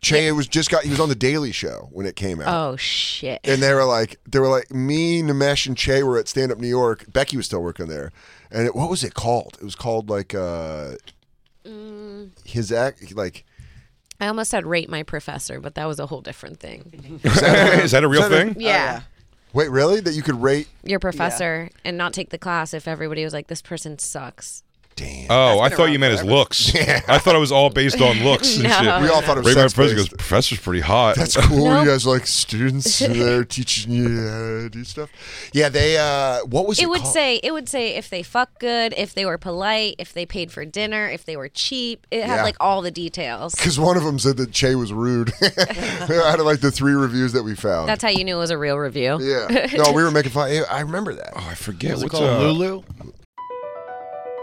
Speaker 4: Che was just got. He was on the Daily Show when it came out.
Speaker 7: Oh shit!
Speaker 4: and they were like, they were like, me, Nimesh, and Che were at Stand Up New York. Becky was still working there, and it, what was it called? It was called like uh, his act, like
Speaker 7: I almost said rate my professor, but that was a whole different thing.
Speaker 5: is that a real thing
Speaker 8: Oh,
Speaker 7: Yeah.
Speaker 4: wait, really? That you could rate?
Speaker 7: Your professor and not take the class if everybody was like, "This person sucks."
Speaker 4: Damn.
Speaker 5: Oh, I
Speaker 8: That's been
Speaker 5: thought you
Speaker 8: around
Speaker 5: meant his
Speaker 8: forever.
Speaker 5: looks. I thought it was all based on looks and
Speaker 7: No.
Speaker 5: shit.
Speaker 4: we all thought it
Speaker 5: Ray,
Speaker 4: was
Speaker 5: my
Speaker 4: sex
Speaker 5: professor goes,
Speaker 4: based.
Speaker 5: "Professor's pretty hot." Oh,
Speaker 4: That's cool.
Speaker 7: No.
Speaker 4: You guys like students there teaching you how to do stuff. Yeah, they. uh What was it?
Speaker 7: It would
Speaker 4: called?
Speaker 7: say it would say if they fuck good, if they were polite, if they paid for dinner, if they were cheap. It had
Speaker 4: Yeah.
Speaker 7: like all the details.
Speaker 4: Because one of them said that Che was rude. out of like the three reviews that we found.
Speaker 7: That's how you knew it was a real review.
Speaker 4: yeah. No, we were making fun. I remember that.
Speaker 5: oh, I forget
Speaker 6: What's it
Speaker 5: what's
Speaker 6: called?
Speaker 5: uh,
Speaker 6: Lulu?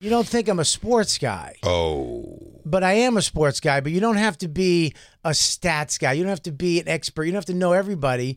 Speaker 1: You don't think I'm a sports guy,
Speaker 5: Oh.
Speaker 1: but I am a sports guy, but you don't have to be a stats guy. You don't have to be an expert. You don't have to know everybody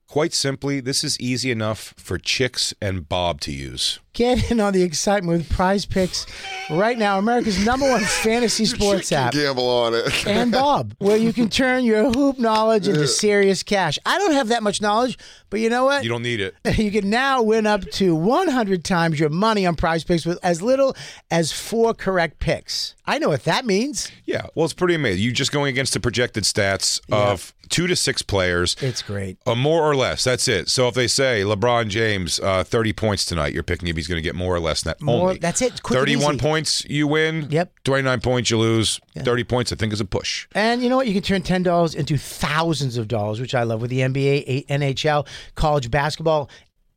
Speaker 5: Quite simply, this is easy enough for Chicks and Bob to use.
Speaker 1: Get in on the excitement with prize picks right now, America's number one fantasy sports
Speaker 4: You can
Speaker 1: app.
Speaker 4: Gamble on it.
Speaker 1: and Bob, where you can turn your hoop knowledge into serious cash. I don't have that much knowledge, but you know what?
Speaker 5: You don't need it.
Speaker 1: You can now win up to 100 times your money on prize picks with as little as four correct picks. I know what that means.
Speaker 5: Yeah, well, it's pretty amazing. You're just going against the projected stats of two to six players,
Speaker 1: It's great.
Speaker 5: uh, more or less. That's it. So if they say LeBron James, uh, 30 points tonight, you're picking if he's going to get more or less than that.
Speaker 1: More-
Speaker 5: only.
Speaker 1: that's it. Quick and
Speaker 5: 31
Speaker 1: easy.
Speaker 5: points, you win.
Speaker 1: Yep.
Speaker 5: 29 points, you lose. 30 points, I think, is a push.
Speaker 1: And you know what? You can turn ten dollars into thousands of dollars, which I love with the NBA, A- NHL, college basketball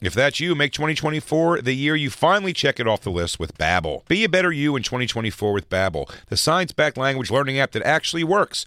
Speaker 5: If that's you, make 2024 the year you finally check it off the list with Babbel. Be a better you in 2024 with Babbel, the science-backed language learning app that actually works.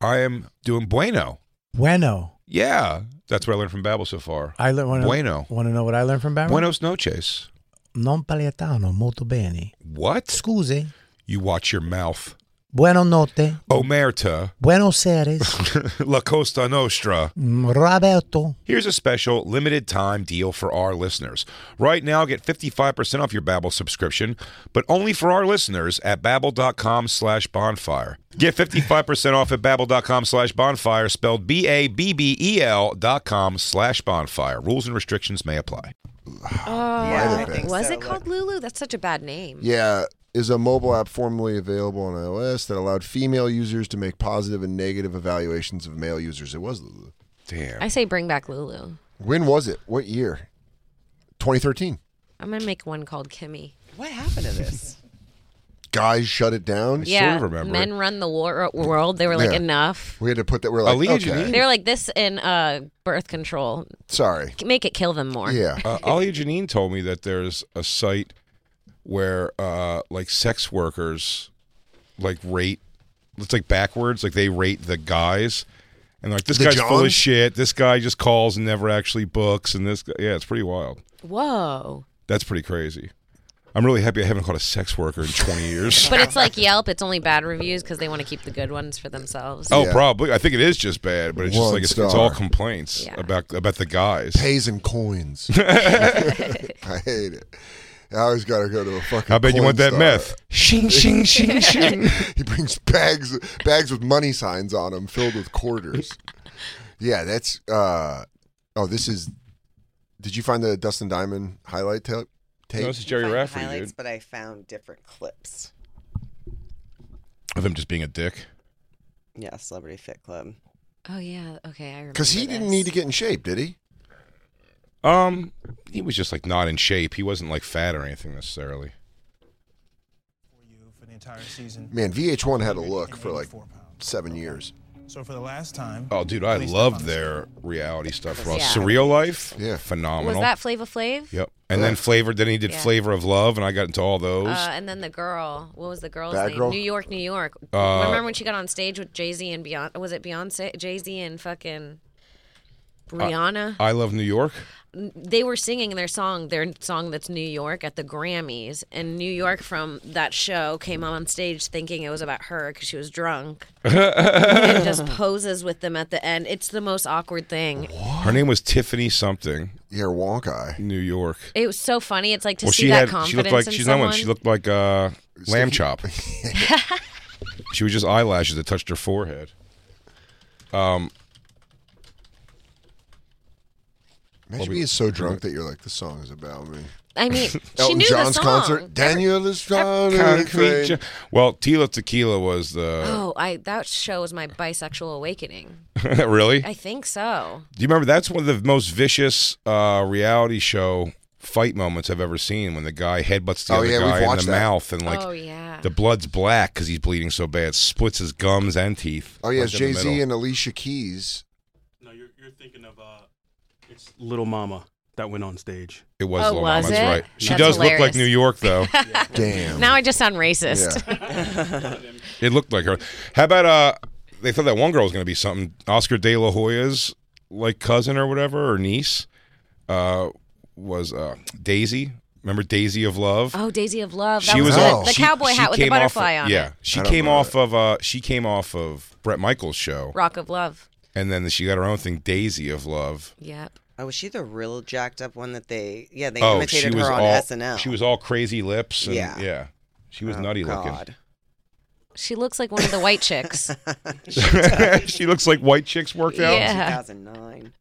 Speaker 5: I am doing bueno.
Speaker 1: Bueno.
Speaker 5: Yeah, that's what I learned from Babbel so far.
Speaker 1: I learned
Speaker 5: Bueno.
Speaker 1: Want to know what I learned from Barry?
Speaker 5: Buenos noches.
Speaker 1: Non paletano molto bene.
Speaker 5: What?
Speaker 1: Scusi.
Speaker 5: You watch your mouth.
Speaker 1: Buonanotte.
Speaker 5: Omerta,
Speaker 1: Buenos Aires.
Speaker 5: La Costa Nostra.
Speaker 1: mm, Roberto.
Speaker 5: Here's a special limited time deal for our listeners. Right now, get 55% off your Babbel subscription, but only for our listeners at babbel.com slash bonfire. Get 55% off at babbel.com slash bonfire, spelled B-A-B-B-E-L E dot com slash bonfire. Rules and restrictions may apply.
Speaker 7: Oh,
Speaker 4: Might have been.
Speaker 7: Was it called Lulu? That's such a bad name.
Speaker 4: Yeah, is a mobile app formerly available on iOS that allowed female users to make positive and negative evaluations of male users. It was Lulu.
Speaker 5: Damn.
Speaker 7: I say bring back Lulu.
Speaker 4: When was it? What year? 2013.
Speaker 7: I'm gonna make one called Kimmy.
Speaker 8: What happened to this?
Speaker 4: Guys shut it down.
Speaker 7: yeah,
Speaker 5: remember
Speaker 7: men run the war- world. They were like
Speaker 4: Yeah.
Speaker 7: enough.
Speaker 4: We had to put that. We're like,
Speaker 5: Aaliyah
Speaker 4: okay,
Speaker 7: They were like this in uh, birth control.
Speaker 4: sorry.
Speaker 7: Make it kill them more.
Speaker 4: Yeah.
Speaker 5: Uh, Ali Janine told me that there's a site where uh, like sex workers like rate it's like backwards like they rate the guys and like this
Speaker 4: The
Speaker 5: guy's full of
Speaker 4: Johns?
Speaker 5: shit this guy just calls and never actually books and this guy, yeah it's pretty wild
Speaker 7: Whoa.
Speaker 5: that's pretty crazy i'm really happy i haven't called a sex worker in 20 years
Speaker 7: But it's like Yelp. It's only bad reviews because they want to keep the good ones for themselves.
Speaker 5: oh
Speaker 4: Yeah.
Speaker 5: probably i think it is just bad but it's just
Speaker 4: One
Speaker 5: like it's, it's all
Speaker 4: star.
Speaker 5: complaints
Speaker 7: Yeah.
Speaker 5: about about the guys
Speaker 4: Pays and coins. I hate it. I always got to go to a fucking.
Speaker 5: i bet you
Speaker 4: coin
Speaker 5: want that
Speaker 4: star.
Speaker 5: meth shing shing shing shing
Speaker 4: he brings bags bags with money signs on them filled with quarters. Yeah, that's uh oh, this is Did you find the Dustin Diamond highlight tape?
Speaker 5: no,
Speaker 4: tape?
Speaker 5: this is jerry
Speaker 8: Find the
Speaker 5: rafferty
Speaker 8: highlights,
Speaker 5: dude
Speaker 8: but I found different clips.
Speaker 5: of him just being a dick
Speaker 8: Yeah, Celebrity Fit Club.
Speaker 7: Oh yeah. Okay, I remember.
Speaker 4: Cuz he didn't need to get in shape, did he?
Speaker 5: Um, he was just like not in shape. He wasn't like fat or anything necessarily.
Speaker 3: For the entire season.
Speaker 4: Man, VH1 had a look for like 7 years.
Speaker 3: So for the last time.
Speaker 5: Oh, dude, I loved their reality stuff. Raw.
Speaker 7: Yeah.
Speaker 5: Surreal Life,
Speaker 4: Yeah.
Speaker 7: Was
Speaker 5: phenomenal.
Speaker 7: that Flava Flav?
Speaker 5: Yep. And then Flavor. Then he did
Speaker 7: Yeah.
Speaker 5: Flavor of Love, and I got into all those.
Speaker 7: Uh, and then the girl. What was the girl's
Speaker 4: Bad
Speaker 7: name?
Speaker 4: girl?
Speaker 7: New York, New York.
Speaker 5: Uh,
Speaker 7: Remember when she got on stage with Jay Z and Beyonce? Was it Beyonce, Jay Z, and fucking
Speaker 4: Uh,
Speaker 7: Rihanna?
Speaker 5: I love New York.
Speaker 7: they were singing their song, their song that's New York at the Grammys, and New York from that show came on stage thinking it was about her because she was drunk, and just poses with them at the end. It's the most awkward thing.
Speaker 5: Her name was Tiffany something.
Speaker 4: Yeah, wonk eye.
Speaker 5: New York.
Speaker 7: It was so funny. It's like to
Speaker 5: well,
Speaker 7: see
Speaker 5: she
Speaker 7: that
Speaker 5: had.
Speaker 7: confidence
Speaker 5: She looked like
Speaker 7: in
Speaker 5: she's
Speaker 7: someone.
Speaker 5: not one. She looked like uh, lamb chop. she was just eyelashes that touched her forehead.
Speaker 4: Imagine being so drunk that you're like this song is about me.
Speaker 7: I mean, she
Speaker 4: Elton
Speaker 7: knew
Speaker 4: John's
Speaker 7: the song.
Speaker 4: concert. Daniel is trying to
Speaker 5: Concrete.
Speaker 4: create-
Speaker 5: ju- Well, Tila Tequila was the.
Speaker 7: Oh, I that show was my bisexual awakening.
Speaker 5: really?
Speaker 7: I think so.
Speaker 5: Do you remember that's one of the most vicious uh, reality show fight moments I've ever seen when the guy headbutts the
Speaker 4: Oh,
Speaker 5: other
Speaker 4: yeah, we've
Speaker 5: guy in the
Speaker 4: watched that.
Speaker 5: mouth and like
Speaker 7: oh yeah.
Speaker 5: the blood's black because he's bleeding so bad, splits his gums and teeth.
Speaker 4: Oh yeah,
Speaker 5: Like, in the
Speaker 4: Jay Z
Speaker 5: middle.
Speaker 4: and Alicia Keys.
Speaker 9: No, you're, you're thinking of uh, it's Little Mama that went on stage.
Speaker 5: it was
Speaker 7: Oh,
Speaker 5: Lil
Speaker 7: was
Speaker 5: Mama, that's
Speaker 7: it?
Speaker 5: right. She
Speaker 7: That's
Speaker 5: does look like
Speaker 7: hilarious.
Speaker 5: New York though.
Speaker 4: Damn.
Speaker 7: now I just sound racist.
Speaker 4: yeah.
Speaker 5: it looked like her. How about uh? They thought that one girl was going to be something. Oscar De La Hoya's like cousin or whatever or niece uh, was uh, Daisy. Remember Daisy of Love?
Speaker 7: Oh, Daisy of Love. That
Speaker 5: she was
Speaker 7: the,
Speaker 4: on-
Speaker 7: the
Speaker 5: she-
Speaker 7: cowboy
Speaker 5: she
Speaker 7: hat with the
Speaker 5: came off of-
Speaker 7: butterfly on
Speaker 5: Yeah,
Speaker 7: it.
Speaker 5: she
Speaker 4: I don't
Speaker 5: came
Speaker 4: remember
Speaker 5: off of uh, she came off of Brett Michaels' show,
Speaker 7: Rock of Love.
Speaker 5: and then she got her own thing, Daisy of Love.
Speaker 7: Yep.
Speaker 8: Oh, was she the real jacked up one that they? Yeah, they
Speaker 5: oh, she
Speaker 8: imitated
Speaker 5: was
Speaker 8: her on
Speaker 5: all
Speaker 8: SNL.
Speaker 5: she was all crazy lips. And, yeah,
Speaker 8: Yeah.
Speaker 5: she was
Speaker 8: Oh,
Speaker 5: nutty
Speaker 8: God.
Speaker 7: She looks like one of the white chicks.
Speaker 5: looking. she looks like white chicks worked out.
Speaker 7: yeah.
Speaker 8: 2009.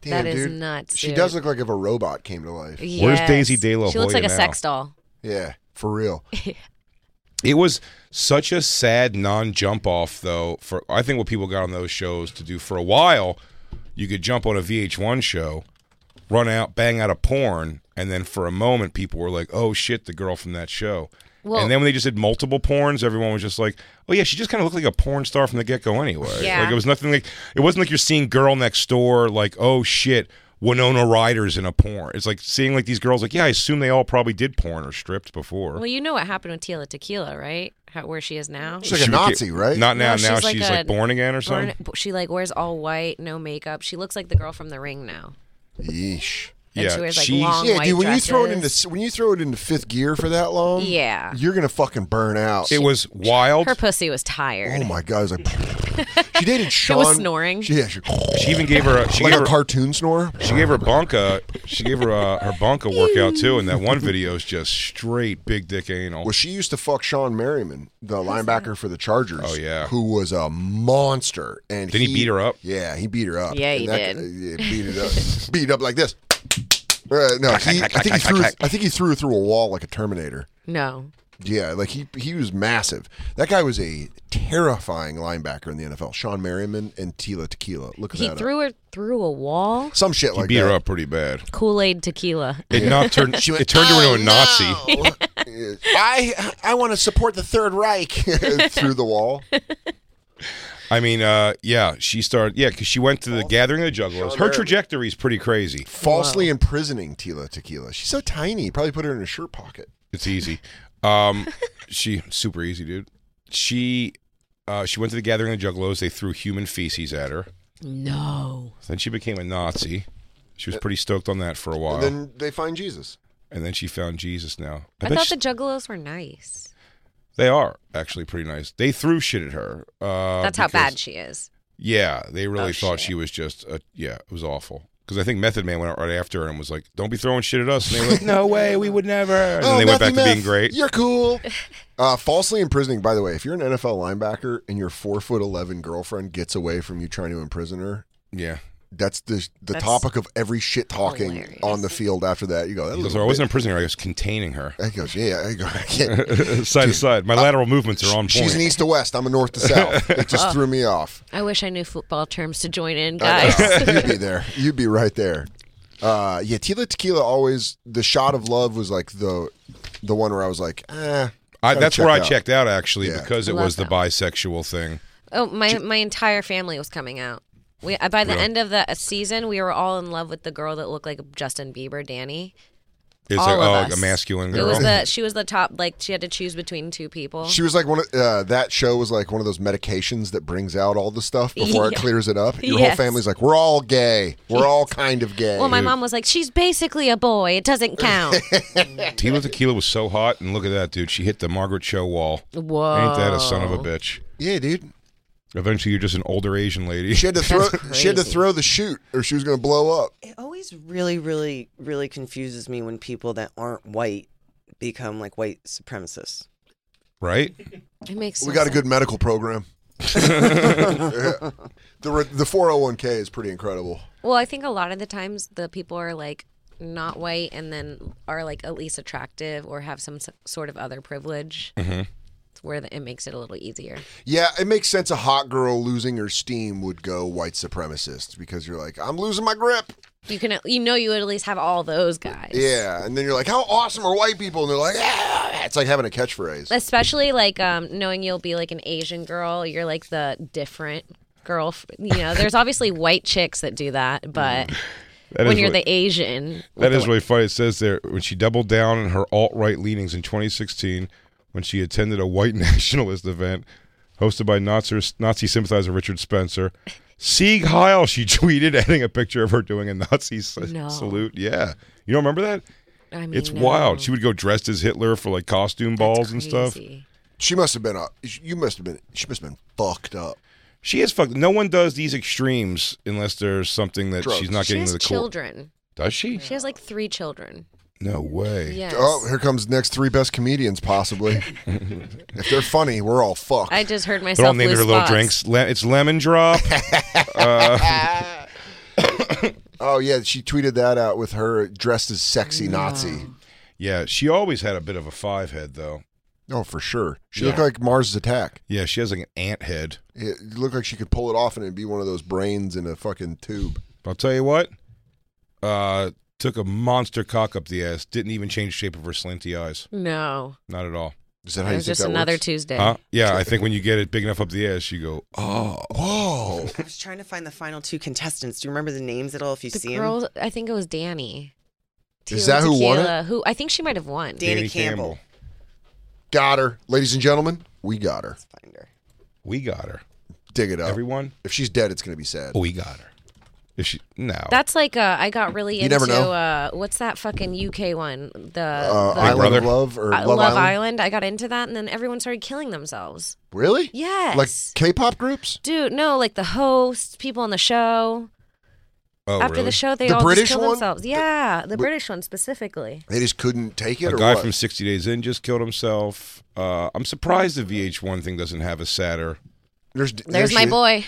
Speaker 4: Damn,
Speaker 7: That is
Speaker 4: dude.
Speaker 7: nuts.
Speaker 4: She
Speaker 7: dude.
Speaker 4: does look like if a robot came to life.
Speaker 5: Where's Daisy De La
Speaker 7: She looks
Speaker 5: Hoya
Speaker 7: like a
Speaker 5: now?
Speaker 7: sex doll.
Speaker 4: Yeah, for real.
Speaker 5: It was such a sad non-jump off, though. For I think what people got on those shows to do for a while, you could jump on a VH1 show, run out, bang out a porn, and then for a moment, people were like, "Oh shit, the girl from that show."
Speaker 7: Well-
Speaker 5: and then when they just did multiple porns, everyone was just like, "Oh yeah, she just kind of looked like a porn star from the get-go anyway."
Speaker 7: Yeah.
Speaker 5: Like it was nothing like it wasn't like you're seeing girl next door like, "Oh shit, Winona Ryder's in a porn." It's like seeing like these girls like, "Yeah, I assume they all probably did porn or stripped before."
Speaker 7: Well, you know what happened with Tila Tequila, right? How, where she is now.
Speaker 4: She's like a Nazi, right?
Speaker 5: Not now.
Speaker 7: No,
Speaker 5: now
Speaker 7: she's like
Speaker 5: she's
Speaker 7: a-
Speaker 5: like born again or
Speaker 7: Born-
Speaker 5: something.
Speaker 7: she like wears all white, no makeup. She looks like the girl from The Ring now.
Speaker 4: Yeesh.
Speaker 7: and she wears like
Speaker 5: she's-
Speaker 7: long
Speaker 4: yeah,
Speaker 7: white
Speaker 4: dude. When
Speaker 7: dresses.
Speaker 4: you throw it into when you throw it into fifth gear for that long,
Speaker 7: Yeah.
Speaker 4: you're gonna fucking burn out.
Speaker 5: It was wild.
Speaker 7: her pussy was tired.
Speaker 4: Oh my god, it was like she dated Sean.
Speaker 7: was snoring.
Speaker 4: She, yeah, she,
Speaker 5: She even gave her a, she
Speaker 4: like
Speaker 5: gave
Speaker 4: a
Speaker 5: her,
Speaker 4: cartoon snore.
Speaker 5: she gave her bonka she gave her uh, her bonka workout too, and that one video is just straight big dick anal.
Speaker 4: Well, she used to fuck Sean Merriman, the linebacker for the Chargers.
Speaker 5: Oh, yeah.
Speaker 4: who was a monster. And
Speaker 5: Didn't he beat her up?
Speaker 4: Yeah, he beat her up.
Speaker 7: Yeah, he
Speaker 4: And
Speaker 7: did.
Speaker 4: yeah, beat it up. beat it up like this. Uh, no, he, I think he threw. I think he threw her through a wall like a Terminator.
Speaker 7: No.
Speaker 4: Yeah, like he he was massive. That guy was a terrifying linebacker in the NFL. Sean Merriman and Tila Tequila. Look at
Speaker 7: He
Speaker 4: that.
Speaker 7: threw her through a wall.
Speaker 4: up. some shit
Speaker 5: He
Speaker 4: like
Speaker 5: beat
Speaker 4: that.
Speaker 5: her up pretty bad.
Speaker 7: Kool Aid tequila.
Speaker 5: It not turned
Speaker 4: She went,
Speaker 5: it turned her
Speaker 4: "Oh,
Speaker 5: into a Nazi.
Speaker 4: no." Yeah. I I want to support the Third Reich through the wall.
Speaker 5: I mean, uh, yeah, she started yeah, because she went to the gathering of the juggalos. Her
Speaker 4: Merriman.
Speaker 5: trajectory is pretty crazy.
Speaker 4: Falsely imprisoning Tila Tequila. She's so tiny. Probably put her in a shirt pocket.
Speaker 5: It's easy. Um, she super easy, dude. She uh, she went to the gathering of the juggalos. They threw human feces at her.
Speaker 7: No.
Speaker 5: Then she became a Nazi. She was pretty stoked on that for a while,
Speaker 4: Uh, And then they find Jesus.
Speaker 5: and then she found Jesus. Now
Speaker 7: I,
Speaker 5: bet
Speaker 7: thought
Speaker 5: she-
Speaker 7: the juggalos were nice.
Speaker 5: They are actually pretty nice. They threw shit at her. Uh,
Speaker 7: That's how
Speaker 5: because-
Speaker 7: bad she is.
Speaker 5: Yeah, they really
Speaker 7: Oh,
Speaker 5: thought
Speaker 7: shit.
Speaker 5: she was just. A, yeah, it was awful. Because I think Method Man went out right after her and was like, "Don't be throwing shit at us." And they were like, "No way, we would never." And then they went back
Speaker 4: Oh, Matthew
Speaker 5: to being
Speaker 4: Meth,
Speaker 5: great.
Speaker 4: You're cool. Uh, falsely imprisoning. By the way, if you're an NFL linebacker and your four foot eleven girlfriend gets away from you trying to imprison her,
Speaker 5: Yeah,
Speaker 4: that's the the
Speaker 7: That's
Speaker 4: topic of every shit talking
Speaker 7: hilarious.
Speaker 4: on the field. After that, you go. That
Speaker 5: he goes,
Speaker 4: little
Speaker 5: "I wasn't
Speaker 4: bitch."
Speaker 5: imprisoning her. I was containing her."
Speaker 4: That goes. Yeah. I go. I can't.
Speaker 5: side to side, my lateral movements are on point.
Speaker 4: Uh, She's an east to west. I'm a north to south. It just threw me off.
Speaker 7: I wish I knew football terms to join in,
Speaker 4: I
Speaker 7: guys.
Speaker 4: know. You'd be there. You'd be right there. Uh, yeah, Tila Tequila always the shot of love was like the the one where I was like, eh.
Speaker 5: I,
Speaker 4: gotta
Speaker 5: that's
Speaker 4: check
Speaker 5: where I
Speaker 4: out.
Speaker 5: checked out actually
Speaker 4: Yeah.
Speaker 5: because it
Speaker 7: Love
Speaker 5: was the
Speaker 7: that.
Speaker 5: bisexual thing.
Speaker 7: oh, my my entire family was coming out. We, uh, by the end of the season, we were all in love with the girl that looked like Justin Bieber, Danny.
Speaker 5: It's
Speaker 7: all
Speaker 5: like,
Speaker 7: of
Speaker 5: oh,
Speaker 7: us.
Speaker 5: a masculine
Speaker 7: It
Speaker 5: girl.
Speaker 7: was the she was the top. Like she had to choose between two people.
Speaker 4: She was like one of uh, that show was like one of those medications that brings out all the stuff before it
Speaker 7: Yeah.
Speaker 4: clears it up. Your whole
Speaker 7: Yes.
Speaker 4: family's like, we're all gay. We're all kind of gay.
Speaker 7: well, my mom was like, "She's basically a boy. It doesn't count."
Speaker 5: Tila Tequila was so hot, and look at that, dude. She hit the Margaret Show wall.
Speaker 7: Whoa!
Speaker 5: Ain't that a son of
Speaker 7: Oh.
Speaker 5: a bitch?
Speaker 4: yeah, dude.
Speaker 5: Eventually, you're just an older Asian lady.
Speaker 4: She had to throw.
Speaker 7: That's
Speaker 4: She had to
Speaker 7: crazy.
Speaker 4: throw the shoot, or she was gonna blow up.
Speaker 8: It always really, really, really confuses me when people that aren't white become like white supremacists.
Speaker 5: Right?
Speaker 7: It makes.
Speaker 4: We
Speaker 7: no
Speaker 4: got a
Speaker 7: sense.
Speaker 4: good medical program. Yeah. The re- the 401k is pretty incredible.
Speaker 7: Well, I think a lot of the times the people are like not white and then are like at least attractive or have some s- sort of other privilege. Mm-hmm. It's where the, it makes it a little easier.
Speaker 4: Yeah, it makes sense. A hot girl losing her steam would go white supremacist because you're like, I'm losing my grip.
Speaker 7: You can you know you at least have all those guys.
Speaker 4: Yeah, and then you're like, how awesome are white people? And they're like, yeah. It's like having a catchphrase.
Speaker 7: Especially like um, knowing you'll be like an Asian girl, you're like the different girl. f- You know, there's obviously white chicks that do that, but
Speaker 5: Mm. That
Speaker 7: when
Speaker 5: is
Speaker 7: you're
Speaker 5: really-
Speaker 7: the Asian,
Speaker 5: That is really funny. It says there when she doubled down on her alt right leanings in 2016 when she attended a white nationalist event hosted by Nazi, Nazi sympathizer Richard Spencer. Sieg Heil, she tweeted, adding a picture of her doing a Nazi s-
Speaker 7: No.
Speaker 5: salute. Yeah. You don't remember that?
Speaker 7: I mean,
Speaker 5: It's
Speaker 7: no.
Speaker 5: wild. She would go dressed as Hitler for like costume balls and stuff.
Speaker 7: Crazy.
Speaker 4: She must have been a. You must have been. She must have been fucked up.
Speaker 5: She is fucked. No one does these extremes unless there's something that
Speaker 4: Drugs.
Speaker 5: she's not
Speaker 7: She
Speaker 5: getting
Speaker 7: has
Speaker 5: to the cool.
Speaker 7: children.
Speaker 5: Does she?
Speaker 7: She has like three children.
Speaker 5: No way.
Speaker 7: Yes.
Speaker 4: Oh, here comes the next three best comedians, possibly. if they're funny, we're all fucked.
Speaker 7: I just heard
Speaker 5: They're all
Speaker 7: myself
Speaker 5: naming
Speaker 7: lose
Speaker 5: their little
Speaker 7: spots.
Speaker 5: drinks. Le- it's lemon drop. Uh,
Speaker 4: oh yeah, she tweeted that out with her dressed as sexy Nazi.
Speaker 5: Yeah, she always had a bit of a five head, though.
Speaker 4: Oh, for sure. She
Speaker 5: Yeah.
Speaker 4: looked like Mars' attack.
Speaker 5: Yeah, she has like an ant head.
Speaker 4: It it looked like she could pull it off and it'd be one of those brains in a fucking tube.
Speaker 5: But I'll tell you what, uh, took a monster cock up the ass. Didn't even change the shape of her slanty eyes.
Speaker 7: No,
Speaker 5: Not at all.
Speaker 4: Is that how
Speaker 7: it
Speaker 4: you
Speaker 7: was
Speaker 4: think
Speaker 7: just
Speaker 4: that
Speaker 7: another
Speaker 4: works?
Speaker 7: Tuesday.
Speaker 5: Huh? Yeah, I think when you get it big enough up the ass, you go, oh,
Speaker 4: Whoa!
Speaker 8: I was trying to find the final two contestants. Do you remember the names at all? If you
Speaker 7: The
Speaker 8: see
Speaker 7: girl,
Speaker 8: 'em?
Speaker 7: I think it was Danny.
Speaker 4: Is that who won it?
Speaker 7: Tequila, Who I think she might have won.
Speaker 8: Danny Campbell.
Speaker 4: Got her, ladies and gentlemen. We got her.
Speaker 8: Let's find her.
Speaker 5: We got her.
Speaker 4: Dig it up.
Speaker 5: Everyone, Oh,
Speaker 4: If she's dead, it's gonna be sad.
Speaker 5: we got her. If she no,
Speaker 7: That's like uh, I got really
Speaker 5: You
Speaker 7: into
Speaker 5: never know.
Speaker 7: uh, what's that fucking UK one? The,
Speaker 4: Uh,
Speaker 7: the-
Speaker 4: Island
Speaker 5: Brother?
Speaker 4: of Love or
Speaker 7: I-
Speaker 4: Love, Island?
Speaker 7: I got into that, and then everyone started killing themselves.
Speaker 4: Really?
Speaker 7: Yes.
Speaker 4: Like K-pop groups?
Speaker 7: Dude, no, like the hosts, people on the show.
Speaker 4: Oh,
Speaker 7: After the show, they
Speaker 4: The
Speaker 7: all
Speaker 4: British
Speaker 7: just kill
Speaker 4: one?
Speaker 7: themselves. Yeah, the British one specifically.
Speaker 4: They just couldn't take it.
Speaker 5: a
Speaker 4: or
Speaker 5: guy
Speaker 4: what?
Speaker 5: from 60 Days In just killed himself. Uh, I'm surprised the VH1 thing doesn't have a sadder.
Speaker 4: There's,
Speaker 7: There's my boy.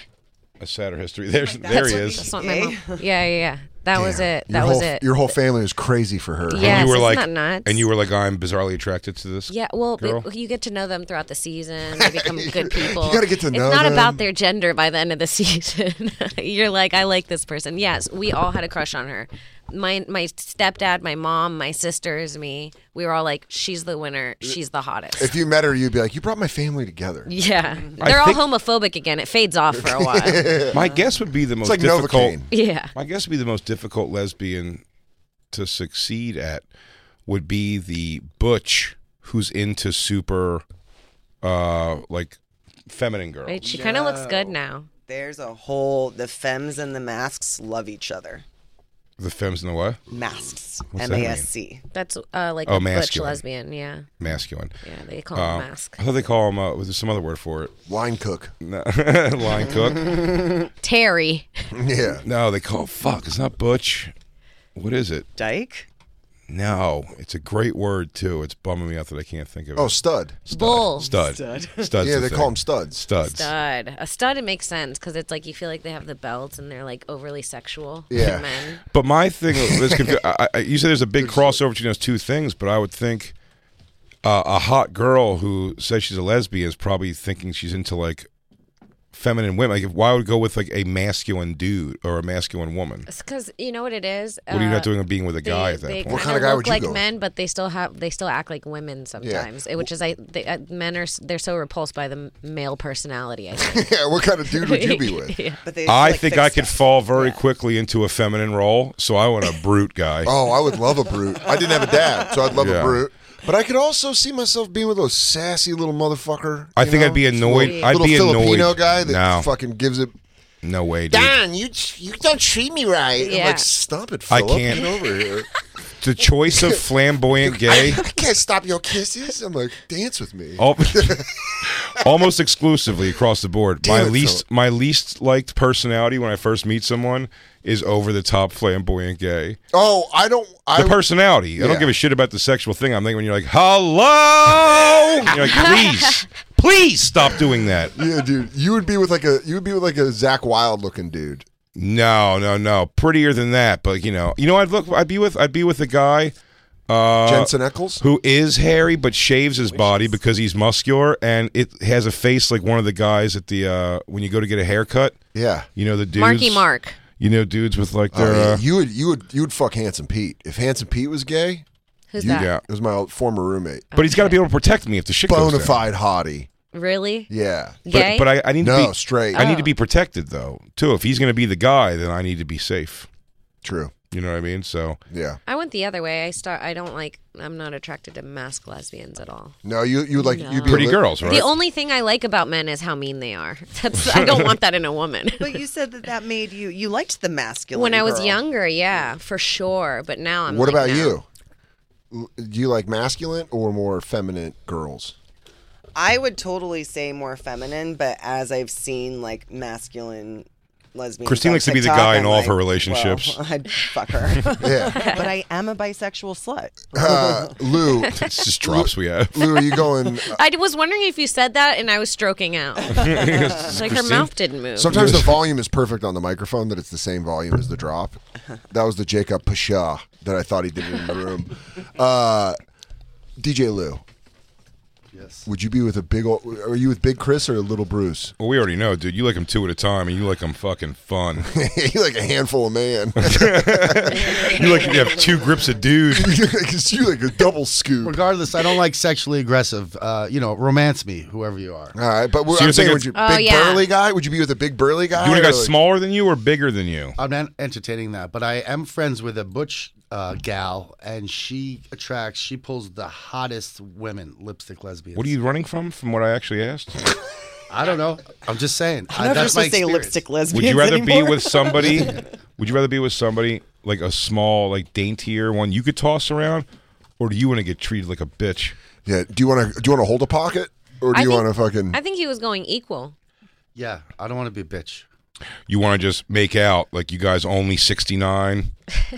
Speaker 5: A sadder history. There's there
Speaker 7: That's
Speaker 5: he
Speaker 7: what-
Speaker 5: is.
Speaker 7: that's what my mom- Yeah, yeah, yeah. That was it.
Speaker 4: your
Speaker 7: That was
Speaker 4: whole,
Speaker 7: it.
Speaker 4: Your whole family was crazy for her.
Speaker 7: Yes,
Speaker 5: and you were
Speaker 7: isn't
Speaker 5: like,
Speaker 7: that nuts?
Speaker 5: and you were like, I'm bizarrely attracted to this.
Speaker 7: Yeah, well,
Speaker 5: girl.
Speaker 7: but you get to know them throughout the season. They become good people.
Speaker 4: you gotta get to know
Speaker 7: It's not
Speaker 4: them.
Speaker 7: about their gender by the end of the season. You're like, I like this person. Yes, we all had a crush on her. My my stepdad, my mom, my sisters, me. We were all like, she's the winner. She's the hottest.
Speaker 4: If you Mm-hmm. met her, you'd be like, you brought my family together.
Speaker 7: yeah,
Speaker 5: I
Speaker 7: they're all
Speaker 5: think-
Speaker 7: homophobic again. It fades off for a while.
Speaker 5: My guess would be the most
Speaker 4: like
Speaker 5: difficult.
Speaker 4: Novocaine.
Speaker 7: yeah.
Speaker 5: My guess would be the most difficult lesbian to succeed at would be the butch who's into super, uh, like feminine girls.
Speaker 7: Right? She kind of looks good now.
Speaker 8: There's a whole the femmes and the masks love each other.
Speaker 5: The femmes in the what?
Speaker 8: Masks.
Speaker 5: What's that
Speaker 8: M
Speaker 5: mean?
Speaker 8: A S C.
Speaker 7: That's uh, like
Speaker 5: Oh,
Speaker 7: a butch
Speaker 5: masculine.
Speaker 7: lesbian. Yeah,
Speaker 5: Masculine.
Speaker 7: yeah. They call
Speaker 5: Uh,
Speaker 4: Um,
Speaker 7: them mask.
Speaker 5: I thought they call them. Uh, there's some other word for it.
Speaker 4: Line cook.
Speaker 5: No. Line cook.
Speaker 7: Terry.
Speaker 4: Yeah.
Speaker 5: No, they call fuck. It's not butch. What is it?
Speaker 8: Dyke?
Speaker 5: No, it's a great word too. It's bumming me out that I can't think of it.
Speaker 4: Oh, stud.
Speaker 5: Stud.
Speaker 7: Bull.
Speaker 5: Stud. Stud. Stud's
Speaker 4: yeah,
Speaker 5: the
Speaker 4: they
Speaker 5: thing.
Speaker 4: call them studs.
Speaker 5: studs.
Speaker 7: Stud. A stud, it makes sense because it's like you feel like they have the belt and they're like overly sexual.
Speaker 4: Yeah.
Speaker 7: Men.
Speaker 5: But my thing was, confu- I, I, you said there's a big crossover between those two things, but I would think uh, a hot girl who says she's a lesbian is probably thinking she's into like feminine women. Like, if, why would go with like a masculine dude or a masculine woman?
Speaker 7: It's because you know what it is.
Speaker 5: What are you
Speaker 7: Uh,
Speaker 5: not doing of being with a
Speaker 7: they-
Speaker 5: guy at that
Speaker 7: they
Speaker 5: point?
Speaker 4: What
Speaker 7: kinda
Speaker 4: kind of guy
Speaker 7: look
Speaker 4: would you
Speaker 7: like
Speaker 4: go with?
Speaker 7: men, but they still have they still act like women sometimes, eh, which is I they, uh, men are s- they're so repulsed by the m- male personality. I think.
Speaker 4: yeah, what kind of dude would you be with?
Speaker 8: But they
Speaker 5: I
Speaker 8: like,
Speaker 5: think
Speaker 8: fix
Speaker 5: I could
Speaker 8: stuff.
Speaker 5: fall very quickly into a feminine role, so I want a brute guy.
Speaker 4: Oh, I would love a brute. I didn't have a dad, so I'd love
Speaker 5: Yeah.
Speaker 4: a brute. But I could also see myself being with a sassy little motherfucker.
Speaker 5: I
Speaker 4: you
Speaker 5: think I'd
Speaker 4: know?
Speaker 5: be annoyed-
Speaker 4: Little,
Speaker 5: I'd
Speaker 4: little
Speaker 5: be annoyed.
Speaker 4: Filipino guy that
Speaker 5: No.
Speaker 4: fucking gives it.
Speaker 5: No way, dude.
Speaker 4: Dan, you you don't treat me right. I'm
Speaker 7: Yeah.
Speaker 4: like, stop it,
Speaker 5: I
Speaker 4: Philip.
Speaker 5: can't.
Speaker 4: Get over here.
Speaker 5: The choice of flamboyant gay. Oh.
Speaker 4: I can't stop your kisses. I'm like, dance with me.
Speaker 5: Al- almost exclusively across the board.
Speaker 4: Damn
Speaker 5: my
Speaker 4: it,
Speaker 5: least
Speaker 4: Philip.
Speaker 5: my least liked personality when I first meet someone is over the top flamboyant gay.
Speaker 4: Oh, I don't. I,
Speaker 5: The personality. I
Speaker 4: Yeah.
Speaker 5: don't give a shit about the sexual thing. I'm thinking when you're like, "Hello," And you're like, "Please, please stop doing that."
Speaker 4: Yeah, dude, you would be with like a you would be with like a Zach Wild looking dude.
Speaker 5: No, no, no. Prettier than that, but you know, you know, I'd look. I'd be with. I'd be with a guy. Uh,
Speaker 4: Jensen Eccles?
Speaker 5: who is hairy but shaves his body because he's muscular and it has a face like one of the guys at the uh when you go to get a haircut.
Speaker 4: Yeah.
Speaker 5: You know the dudes.
Speaker 7: Marky Mark.
Speaker 5: You know dudes with like
Speaker 4: Oh,
Speaker 5: their.
Speaker 4: yeah.
Speaker 5: Uh,
Speaker 4: you would you would you would fuck handsome Pete if handsome Pete was gay.
Speaker 7: Who's
Speaker 4: you-
Speaker 7: that?
Speaker 5: yeah.
Speaker 4: It was my old, former roommate.
Speaker 5: But he's got to be able to protect me if the shit
Speaker 4: Bona
Speaker 5: goes down.
Speaker 4: fide hottie.
Speaker 7: Really?
Speaker 4: Yeah.
Speaker 5: But,
Speaker 7: Gay? Oh.
Speaker 5: but I, I need to
Speaker 4: No,
Speaker 5: be
Speaker 4: straight.
Speaker 5: I need to be protected though too. If he's going to be the guy, then I need to be safe.
Speaker 4: True.
Speaker 5: You know what I mean? So
Speaker 7: Oh.
Speaker 4: Yeah.
Speaker 7: I went the other way. I start. I don't like. I'm not attracted to mask lesbians at all.
Speaker 4: No, you you would like
Speaker 7: No.
Speaker 4: you'd be a
Speaker 5: pretty
Speaker 4: li-
Speaker 5: girls, right?
Speaker 7: The only thing I like about men is how mean they are. That's I don't want that in a woman.
Speaker 8: But you said that that made you you liked the masculine.
Speaker 7: when I was
Speaker 8: girl.
Speaker 7: younger, yeah, for sure. But now I'm.
Speaker 4: What
Speaker 7: like,
Speaker 4: about
Speaker 7: no.
Speaker 4: you? L- Do you like masculine or more feminine girls?
Speaker 8: I would totally say more feminine, but as I've seen like masculine lesbians.
Speaker 5: Christine
Speaker 8: on
Speaker 5: likes to be the
Speaker 8: TikTok,
Speaker 5: guy in
Speaker 8: I'm
Speaker 5: all of
Speaker 8: like,
Speaker 5: her relationships.
Speaker 8: Well, I'd fuck her.
Speaker 4: Yeah.
Speaker 8: but I am a bisexual slut.
Speaker 4: Uh, Lou,
Speaker 5: It's just drops we have.
Speaker 4: Lou, are you going? uh,
Speaker 7: I d- was wondering if you said that, and I was stroking out. It's like her mouth didn't move.
Speaker 4: Sometimes the volume is perfect on the microphone that it's the same volume as the drop. That was the Jacob Pasha that I thought he did in the room. Uh, DJ Lou,
Speaker 6: Yes.
Speaker 4: would you be with a big old? Are you with Big Chris or Little Bruce?
Speaker 5: Well, we already know, dude. You like them two at a time, and you like them fucking fun.
Speaker 4: you like a handful of man.
Speaker 5: you like you have two grips of dude.
Speaker 4: Because you like a double scoop.
Speaker 6: Regardless, I don't like sexually aggressive. Uh, you know, romance me, whoever you are.
Speaker 4: All right, but we're,
Speaker 5: So you're
Speaker 4: I'm saying, would you
Speaker 5: thinking-
Speaker 4: big
Speaker 7: Oh, yeah.
Speaker 4: burly guy? Would you be with a big burly guy?
Speaker 5: You want a
Speaker 4: or,
Speaker 5: guy
Speaker 4: like-
Speaker 5: smaller than you or bigger than you?
Speaker 6: I'm not entertaining that, but I am friends with a butch uh, gal, and she attracts. She pulls the hottest women, lipstick lesbians.
Speaker 5: What are you running from? From what I actually asked?
Speaker 6: I don't know. I'm just saying.
Speaker 8: I don't know if you're
Speaker 6: that's my
Speaker 8: supposed to say
Speaker 6: experience.
Speaker 8: lipstick
Speaker 5: Would
Speaker 8: lesbians
Speaker 5: you rather
Speaker 8: anymore.
Speaker 5: be with somebody? would you rather be with somebody like a small, like daintier one you could toss around, or do you want to get treated like a bitch?
Speaker 4: Yeah. Do you want to? Do you want to hold a pocket, or do
Speaker 7: I
Speaker 4: you
Speaker 7: think-
Speaker 4: want to fucking?
Speaker 7: I think he was going equal.
Speaker 6: Yeah, I don't want to be a bitch.
Speaker 5: You want to just make out like you guys only sixty nine?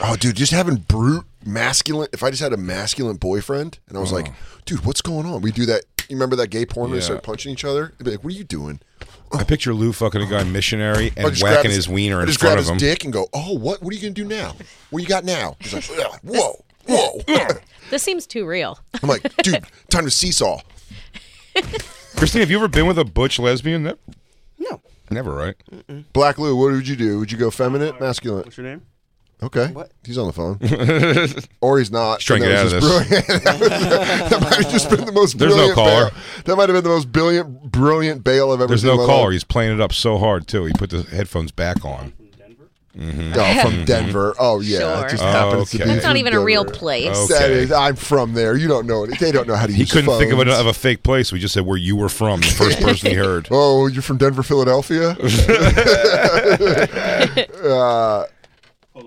Speaker 4: Oh, dude, just having brute masculine. If I just had a masculine boyfriend, and I was like, dude, what's going on? We do that. You remember that gay porn where they
Speaker 5: Uh-huh. Yeah.
Speaker 4: start punching each other? They'd be like, what are you doing?
Speaker 5: I picture Lou fucking a guy missionary
Speaker 4: I'll
Speaker 5: and
Speaker 4: just grab
Speaker 5: whacking his, wiener
Speaker 4: I'll
Speaker 5: in
Speaker 4: just
Speaker 5: front
Speaker 4: grab
Speaker 5: of him.
Speaker 4: his dick and go, oh, what? What are you gonna do now? What you got now? He's like, "Ugh, whoa, whoa.
Speaker 7: This seems too real.
Speaker 4: I'm like, dude, time to seesaw.
Speaker 5: Christine, have you ever been with a butch lesbian? No. Never, right?
Speaker 4: Black Lou, what would you do? Would you go feminine, masculine?
Speaker 9: What's your name?
Speaker 4: Okay,
Speaker 6: What?
Speaker 4: he's on the phone, or he's not.
Speaker 5: Trying to
Speaker 4: And
Speaker 5: get out
Speaker 4: that was
Speaker 5: of this.
Speaker 4: just brilliant. that, might have just been the most.
Speaker 5: There's no
Speaker 4: brilliant
Speaker 5: caller.
Speaker 4: bail- That might have been the most brilliant, brilliant bail I've ever.
Speaker 5: There's
Speaker 4: seen in
Speaker 5: no
Speaker 4: my
Speaker 5: caller.
Speaker 4: life.
Speaker 5: He's playing it up so hard too. He put the headphones back on.
Speaker 4: Oh, from Denver. Oh yeah,
Speaker 7: Sure.
Speaker 4: it just
Speaker 5: Oh,
Speaker 4: happens to be.
Speaker 5: okay.
Speaker 7: That's not
Speaker 4: from
Speaker 7: even a real
Speaker 4: Denver.
Speaker 7: place.
Speaker 5: Oh.
Speaker 4: That
Speaker 5: Okay.
Speaker 4: is, I'm from there. You don't know it. They don't know how to
Speaker 5: He
Speaker 4: use.
Speaker 5: couldn't think of
Speaker 4: phones.
Speaker 5: a, of a fake place. We just said where you were from. The first person he heard.
Speaker 4: Oh, you're from Denver, Philadelphia. Uh,
Speaker 9: Hold on, yeah, hold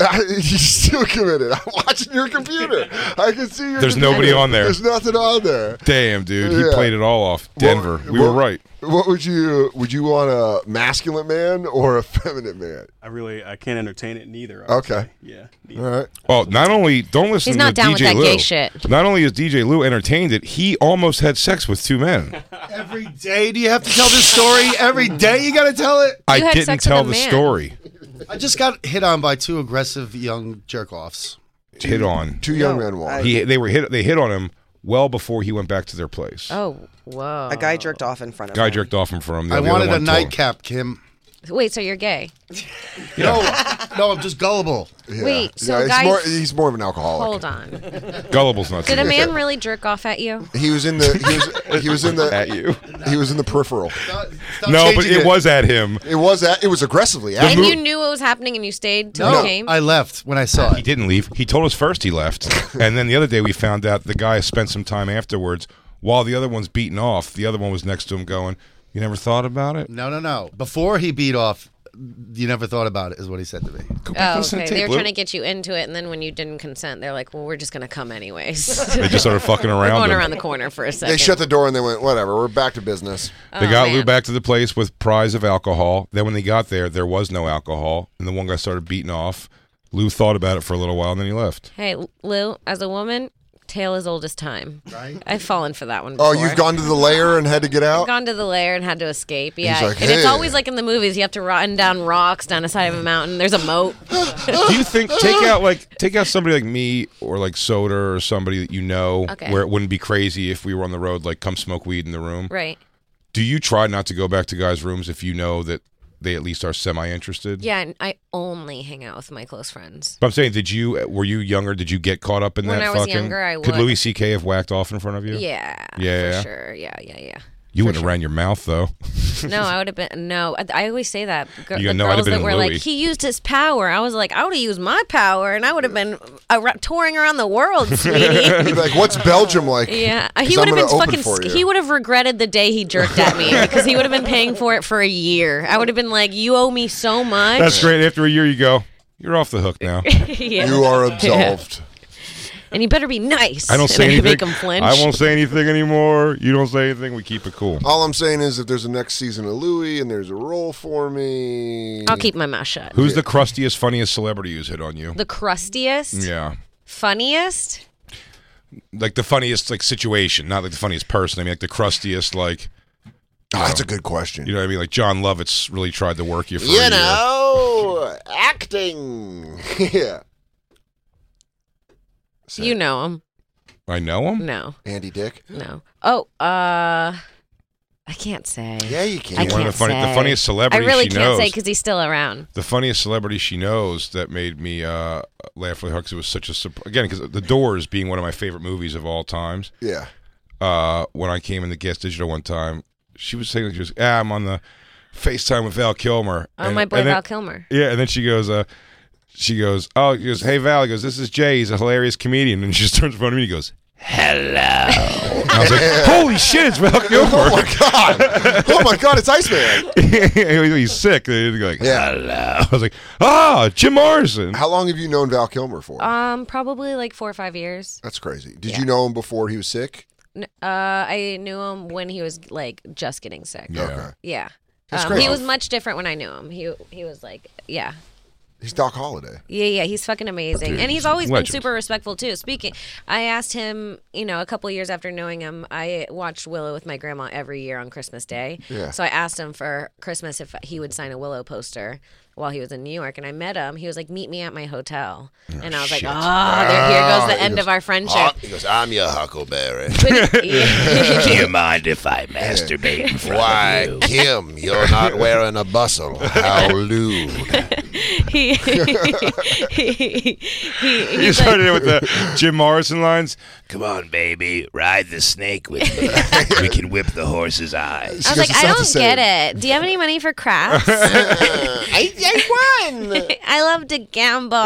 Speaker 9: on.
Speaker 4: You're still committed. I'm watching your computer. I can see your.
Speaker 5: There's
Speaker 4: computer.
Speaker 5: nobody on there.
Speaker 4: There's nothing on there.
Speaker 5: Damn, dude, he
Speaker 4: Yeah.
Speaker 5: played it all off. Denver.
Speaker 4: What-
Speaker 5: we were
Speaker 4: what-
Speaker 5: right.
Speaker 4: What would you would you want a masculine man or a feminine man?
Speaker 9: I really I can't entertain it neither.
Speaker 5: Oh.
Speaker 9: I would
Speaker 4: Okay.
Speaker 9: say. Yeah.
Speaker 4: All right.
Speaker 5: Well, not only don't listen
Speaker 7: He's
Speaker 5: to
Speaker 7: not down
Speaker 5: DJ
Speaker 7: with that
Speaker 5: Lou.
Speaker 7: gay shit.
Speaker 5: Not only is DJ Lou entertained it, he almost had sex with two men.
Speaker 6: Every day, do you have to tell this story? Every day, you got to tell it.
Speaker 5: I
Speaker 7: You had
Speaker 5: didn't
Speaker 7: sex with
Speaker 5: tell
Speaker 7: a
Speaker 5: the
Speaker 7: man.
Speaker 5: story.
Speaker 6: I just got hit on by two aggressive young jerk offs.
Speaker 5: Hit on.
Speaker 4: Two young
Speaker 8: No,
Speaker 4: men walk.
Speaker 8: I-
Speaker 5: He they were hit they hit on him well before he went back to their place.
Speaker 7: Oh, whoa.
Speaker 8: A guy jerked off in front of
Speaker 5: Guy
Speaker 8: him.
Speaker 5: jerked off him from the
Speaker 6: I
Speaker 5: the other
Speaker 6: wanted a
Speaker 5: one told him.
Speaker 6: nightcap, Kim.
Speaker 7: Wait, so you're gay?
Speaker 6: No, no, I'm just gullible.
Speaker 4: Yeah.
Speaker 7: Wait, so
Speaker 4: he's
Speaker 7: guys-
Speaker 4: more, he's more of an alcoholic.
Speaker 7: Hold on.
Speaker 5: Gullible's not.
Speaker 7: Did a
Speaker 5: serious.
Speaker 7: man really jerk off at you?
Speaker 4: He was in the he was, he was in the
Speaker 5: At you.
Speaker 4: He was in the peripheral.
Speaker 6: Stop- stop
Speaker 5: No, but
Speaker 6: changing
Speaker 5: it was at him.
Speaker 4: It was at, it was aggressively. at
Speaker 7: And
Speaker 4: him.
Speaker 7: you knew it was happening and you stayed till
Speaker 6: No,
Speaker 7: he came? Oh,
Speaker 6: I left when I saw
Speaker 5: He
Speaker 6: it.
Speaker 5: didn't leave. He told us first he left, and then the other day we found out the guy spent some time afterwards. While the other one's beaten off, the other one was next to him going, "You never thought about it."
Speaker 6: No, no, no. Before he beat off, you never thought about it, is what he said to me.
Speaker 5: Go back,
Speaker 7: Oh,
Speaker 5: listen to
Speaker 7: okay.
Speaker 5: tape,
Speaker 7: They were
Speaker 5: Lou.
Speaker 7: trying to get you into it, and then when you didn't consent, they're like, "Well, we're just gonna come anyways."
Speaker 5: They just started fucking
Speaker 7: we're
Speaker 5: around.
Speaker 7: going
Speaker 5: him.
Speaker 7: around the corner for a second. Oh,
Speaker 4: They shut the door and they went whatever. We're back to business.
Speaker 5: They got
Speaker 7: man.
Speaker 5: Lou back to the place with prize of alcohol. Then when they got there, there was no alcohol, and the one guy started beating off. Lou thought about it for a little while, and then he left.
Speaker 7: Hey, Lou, as a woman, tale as old as time. Right. I've fallen for that one. Before.
Speaker 4: Oh, you've gone to the lair and had to get
Speaker 7: I've
Speaker 4: out.
Speaker 7: gone to the lair and had to escape. Yeah,
Speaker 4: like,
Speaker 7: and it's
Speaker 4: "Hey."
Speaker 7: always like in the movies. You have to run down rocks down a side of a mountain. There's a moat.
Speaker 5: Do you think take out like take out somebody like me or like Soda or somebody that you know
Speaker 7: Okay.
Speaker 5: where it wouldn't be crazy if we were on the road like come smoke weed in the room?
Speaker 7: right.
Speaker 5: Do you try not to go back to guys' rooms if you know that they at least are semi interested?
Speaker 7: Yeah, and I only hang out with my close friends.
Speaker 5: But I'm saying, did you were you younger? Did you get caught up in
Speaker 7: When
Speaker 5: that?
Speaker 7: I was
Speaker 5: fucking,
Speaker 7: younger, I
Speaker 5: could
Speaker 7: would.
Speaker 5: Louis C.K. have whacked off in front of you?
Speaker 7: Yeah.
Speaker 5: Yeah.
Speaker 7: For sure. Yeah. Yeah. Yeah.
Speaker 5: you wouldn't have ran your mouth though.
Speaker 7: No, I would have been. No, I, I always say that. Gir-
Speaker 5: You
Speaker 7: the
Speaker 5: know, I'd have
Speaker 7: girls
Speaker 5: been
Speaker 7: that were
Speaker 5: Louis.
Speaker 7: like, he used his power. I was like, I would have used my power, and I would have been ar- touring around the world, sweetie.
Speaker 4: You'd be like, what's Belgium like?
Speaker 7: yeah,
Speaker 4: 'Cause
Speaker 7: he would
Speaker 4: I'm
Speaker 7: have
Speaker 4: gonna
Speaker 7: been
Speaker 4: open
Speaker 7: fucking.
Speaker 4: for
Speaker 7: sc-
Speaker 4: you.
Speaker 7: He would have regretted the day he jerked at me because he would have been paying for it for a year. I would have been like, you owe me so much.
Speaker 5: That's great. After a year, you go. You're off the hook now.
Speaker 7: Yeah.
Speaker 4: You are absolved.
Speaker 7: and you better be nice.
Speaker 5: I don't
Speaker 7: And
Speaker 5: say anything.
Speaker 7: Make him flinch.
Speaker 5: I won't say anything anymore. You don't say anything. We keep it cool.
Speaker 4: All I'm saying is, if there's a next season of Louis and there's a role for me,
Speaker 7: I'll keep my mouth shut.
Speaker 5: Who's the crustiest, funniest celebrity who's hit on you?
Speaker 7: The crustiest,
Speaker 5: yeah,
Speaker 7: funniest.
Speaker 5: like the funniest like situation, not like the funniest person. I mean, like the crustiest, like
Speaker 4: Oh, that's a good question.
Speaker 5: you know what I mean. Like John Lovitz really tried to work you for a
Speaker 4: you
Speaker 5: year.
Speaker 4: know, acting. yeah. Say
Speaker 7: You
Speaker 4: it.
Speaker 7: know him?
Speaker 5: I know him.
Speaker 7: No,
Speaker 4: Andy Dick.
Speaker 7: no. Oh, uh, I can't say.
Speaker 4: Yeah, you can.
Speaker 7: I
Speaker 5: One of
Speaker 7: can't
Speaker 5: the, funny, the
Speaker 7: say.
Speaker 5: funniest
Speaker 7: I
Speaker 5: celebrity
Speaker 7: really
Speaker 5: she
Speaker 7: can't
Speaker 5: knows.
Speaker 7: say because he's still around.
Speaker 5: the funniest celebrity she knows that made me uh, laugh really hard because it was such a surprise. Again, because The Doors being one of my favorite movies of all times.
Speaker 4: Yeah.
Speaker 5: uh, when I came in the guest digital one time, she was saying, she was, ah, I'm on the FaceTime with Val Kilmer.
Speaker 7: Oh, my boy
Speaker 5: and then-
Speaker 7: Val Kilmer.
Speaker 5: Yeah, and then she goes, uh, she goes, oh, he goes, hey, Val, he goes, this is Jay. He's a hilarious comedian. And she just turns in front of me and he goes, hello. I was like, holy shit, it's Val Kilmer.
Speaker 4: Oh my god! Oh my god! It's Iceman.
Speaker 5: He's sick. They're like, hello. I was like, ah, Jim Morrison.
Speaker 4: How long have you known Val Kilmer for?
Speaker 7: Um, probably like four or five years.
Speaker 4: That's crazy. Did you know him before he was sick?
Speaker 7: N- Uh, I knew him when he was like just getting sick.
Speaker 5: Yeah.
Speaker 4: Okay.
Speaker 7: Yeah.
Speaker 4: That's
Speaker 7: Um,
Speaker 4: great.
Speaker 7: he was much different when I knew him. He he was like, yeah,
Speaker 4: He's Doc Holliday.
Speaker 7: yeah, yeah. He's fucking amazing,
Speaker 5: Dude,
Speaker 7: and
Speaker 5: he's
Speaker 7: he's
Speaker 5: a
Speaker 7: always
Speaker 5: legend.
Speaker 7: been super respectful too. Speaking, I asked him, you know, a couple of years after knowing him, I watched Willow with my grandma every year on Christmas Day.
Speaker 4: Yeah.
Speaker 7: So I asked him for Christmas if he would sign a Willow poster while he was in New York, and I met him. He was like, "Meet me at my hotel," and I was like, "Ah, there here goes the end of our friendship."
Speaker 4: Ah, He goes, I'm your Huckleberry.
Speaker 7: But he-
Speaker 10: Do you mind if I masturbate in front of you?
Speaker 4: Kim, you're not wearing a bustle. How lewd.
Speaker 7: he, he, he, he,
Speaker 5: You
Speaker 7: he's like,
Speaker 5: started with the Jim Morrison lines.
Speaker 10: Come on, baby, ride the snake with me. we can whip the horse's eyes.
Speaker 7: I was
Speaker 4: She goes,
Speaker 7: like,
Speaker 4: "It
Speaker 7: I
Speaker 4: sounds the
Speaker 7: don't
Speaker 4: same."
Speaker 7: get it. Do you have any money for crafts?
Speaker 4: I, I won.
Speaker 7: I love to gamble.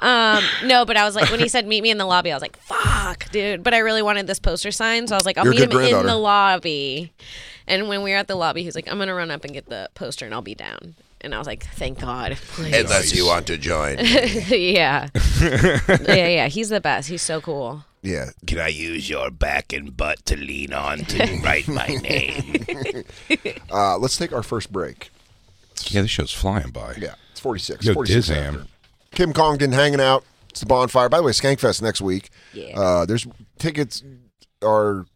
Speaker 7: um, no, but I was like, when he said meet me in the lobby, I was like, fuck, dude. But I really wanted this poster signed, so I was like, I'll
Speaker 4: You're a
Speaker 7: meet
Speaker 4: good
Speaker 7: him in
Speaker 4: granddaughter.
Speaker 7: the lobby. And when we were at the lobby, he was like, I'm gonna run up and get the poster, and I'll be down. And I was like, thank God, please.
Speaker 10: Unless you want to join.
Speaker 7: yeah, yeah, yeah. He's the best. He's so cool.
Speaker 4: Yeah.
Speaker 10: Can I use your back and butt to lean on to write my name?
Speaker 4: Uh, let's take our first break.
Speaker 5: Yeah, this show's flying by.
Speaker 4: Yeah. It's 46.
Speaker 5: Yo,
Speaker 4: 46
Speaker 5: Dizam.
Speaker 4: after. Kim Congdon hanging out. It's the bonfire. By the way, Skankfest next week.
Speaker 7: Yeah.
Speaker 4: Uh, there's tickets are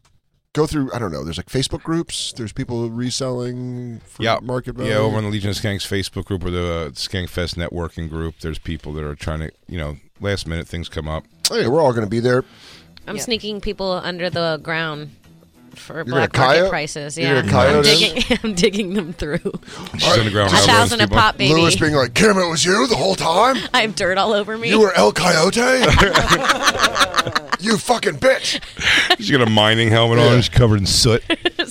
Speaker 4: go through. I don't know. There's like Facebook groups. There's people reselling. For
Speaker 5: Yeah,
Speaker 4: Market value.
Speaker 5: yeah. Over on the Legion of Skanks Facebook group or the uh, Skank Fest networking group, there's people that are trying to, you know, last minute things come up.
Speaker 4: Hey, we're all going to be there.
Speaker 7: I'm sneaking people under the ground for
Speaker 4: gonna
Speaker 7: black market
Speaker 4: coyote-
Speaker 7: prices.
Speaker 4: you're
Speaker 7: Yeah,
Speaker 4: gonna coyote
Speaker 7: I'm
Speaker 4: them?
Speaker 7: digging, I'm digging them through.
Speaker 5: She's underground.
Speaker 7: a thousand a pop, baby.
Speaker 4: Lewis being like, Kim, it was you the whole time.
Speaker 7: I have dirt all over me.
Speaker 4: You were El Coyote. you fucking bitch.
Speaker 5: She's got a mining helmet on. She's covered in soot.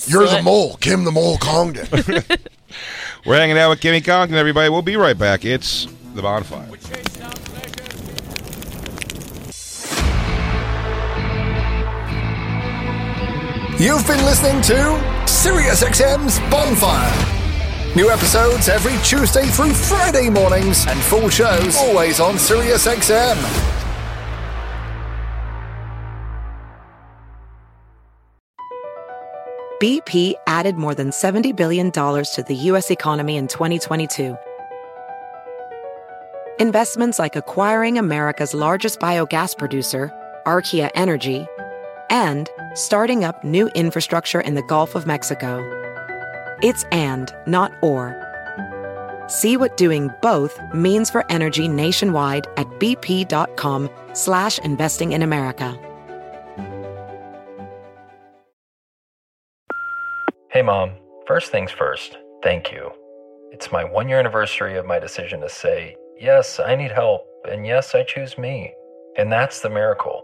Speaker 4: You're the mole, Kim the mole Congdon.
Speaker 5: We're hanging out with Kimmy Congdon, everybody. We'll be right back. It's the bonfire.
Speaker 11: You've been listening to SiriusXM's Bonfire. New episodes every Tuesday through Friday mornings, and full shows always on SiriusXM.
Speaker 12: BP added more than $70 billion to the U.S. economy in 2022. Investments like acquiring America's largest biogas producer, Archaea Energy, and starting up new infrastructure in the Gulf of Mexico. It's and, not or. See what doing both means for energy nationwide at bp.com slash investing in America.
Speaker 13: Hey, Mom. First things first, thank you. It's my one year anniversary of my decision to say, yes, I need help, and yes, I choose me. And that's the miracle.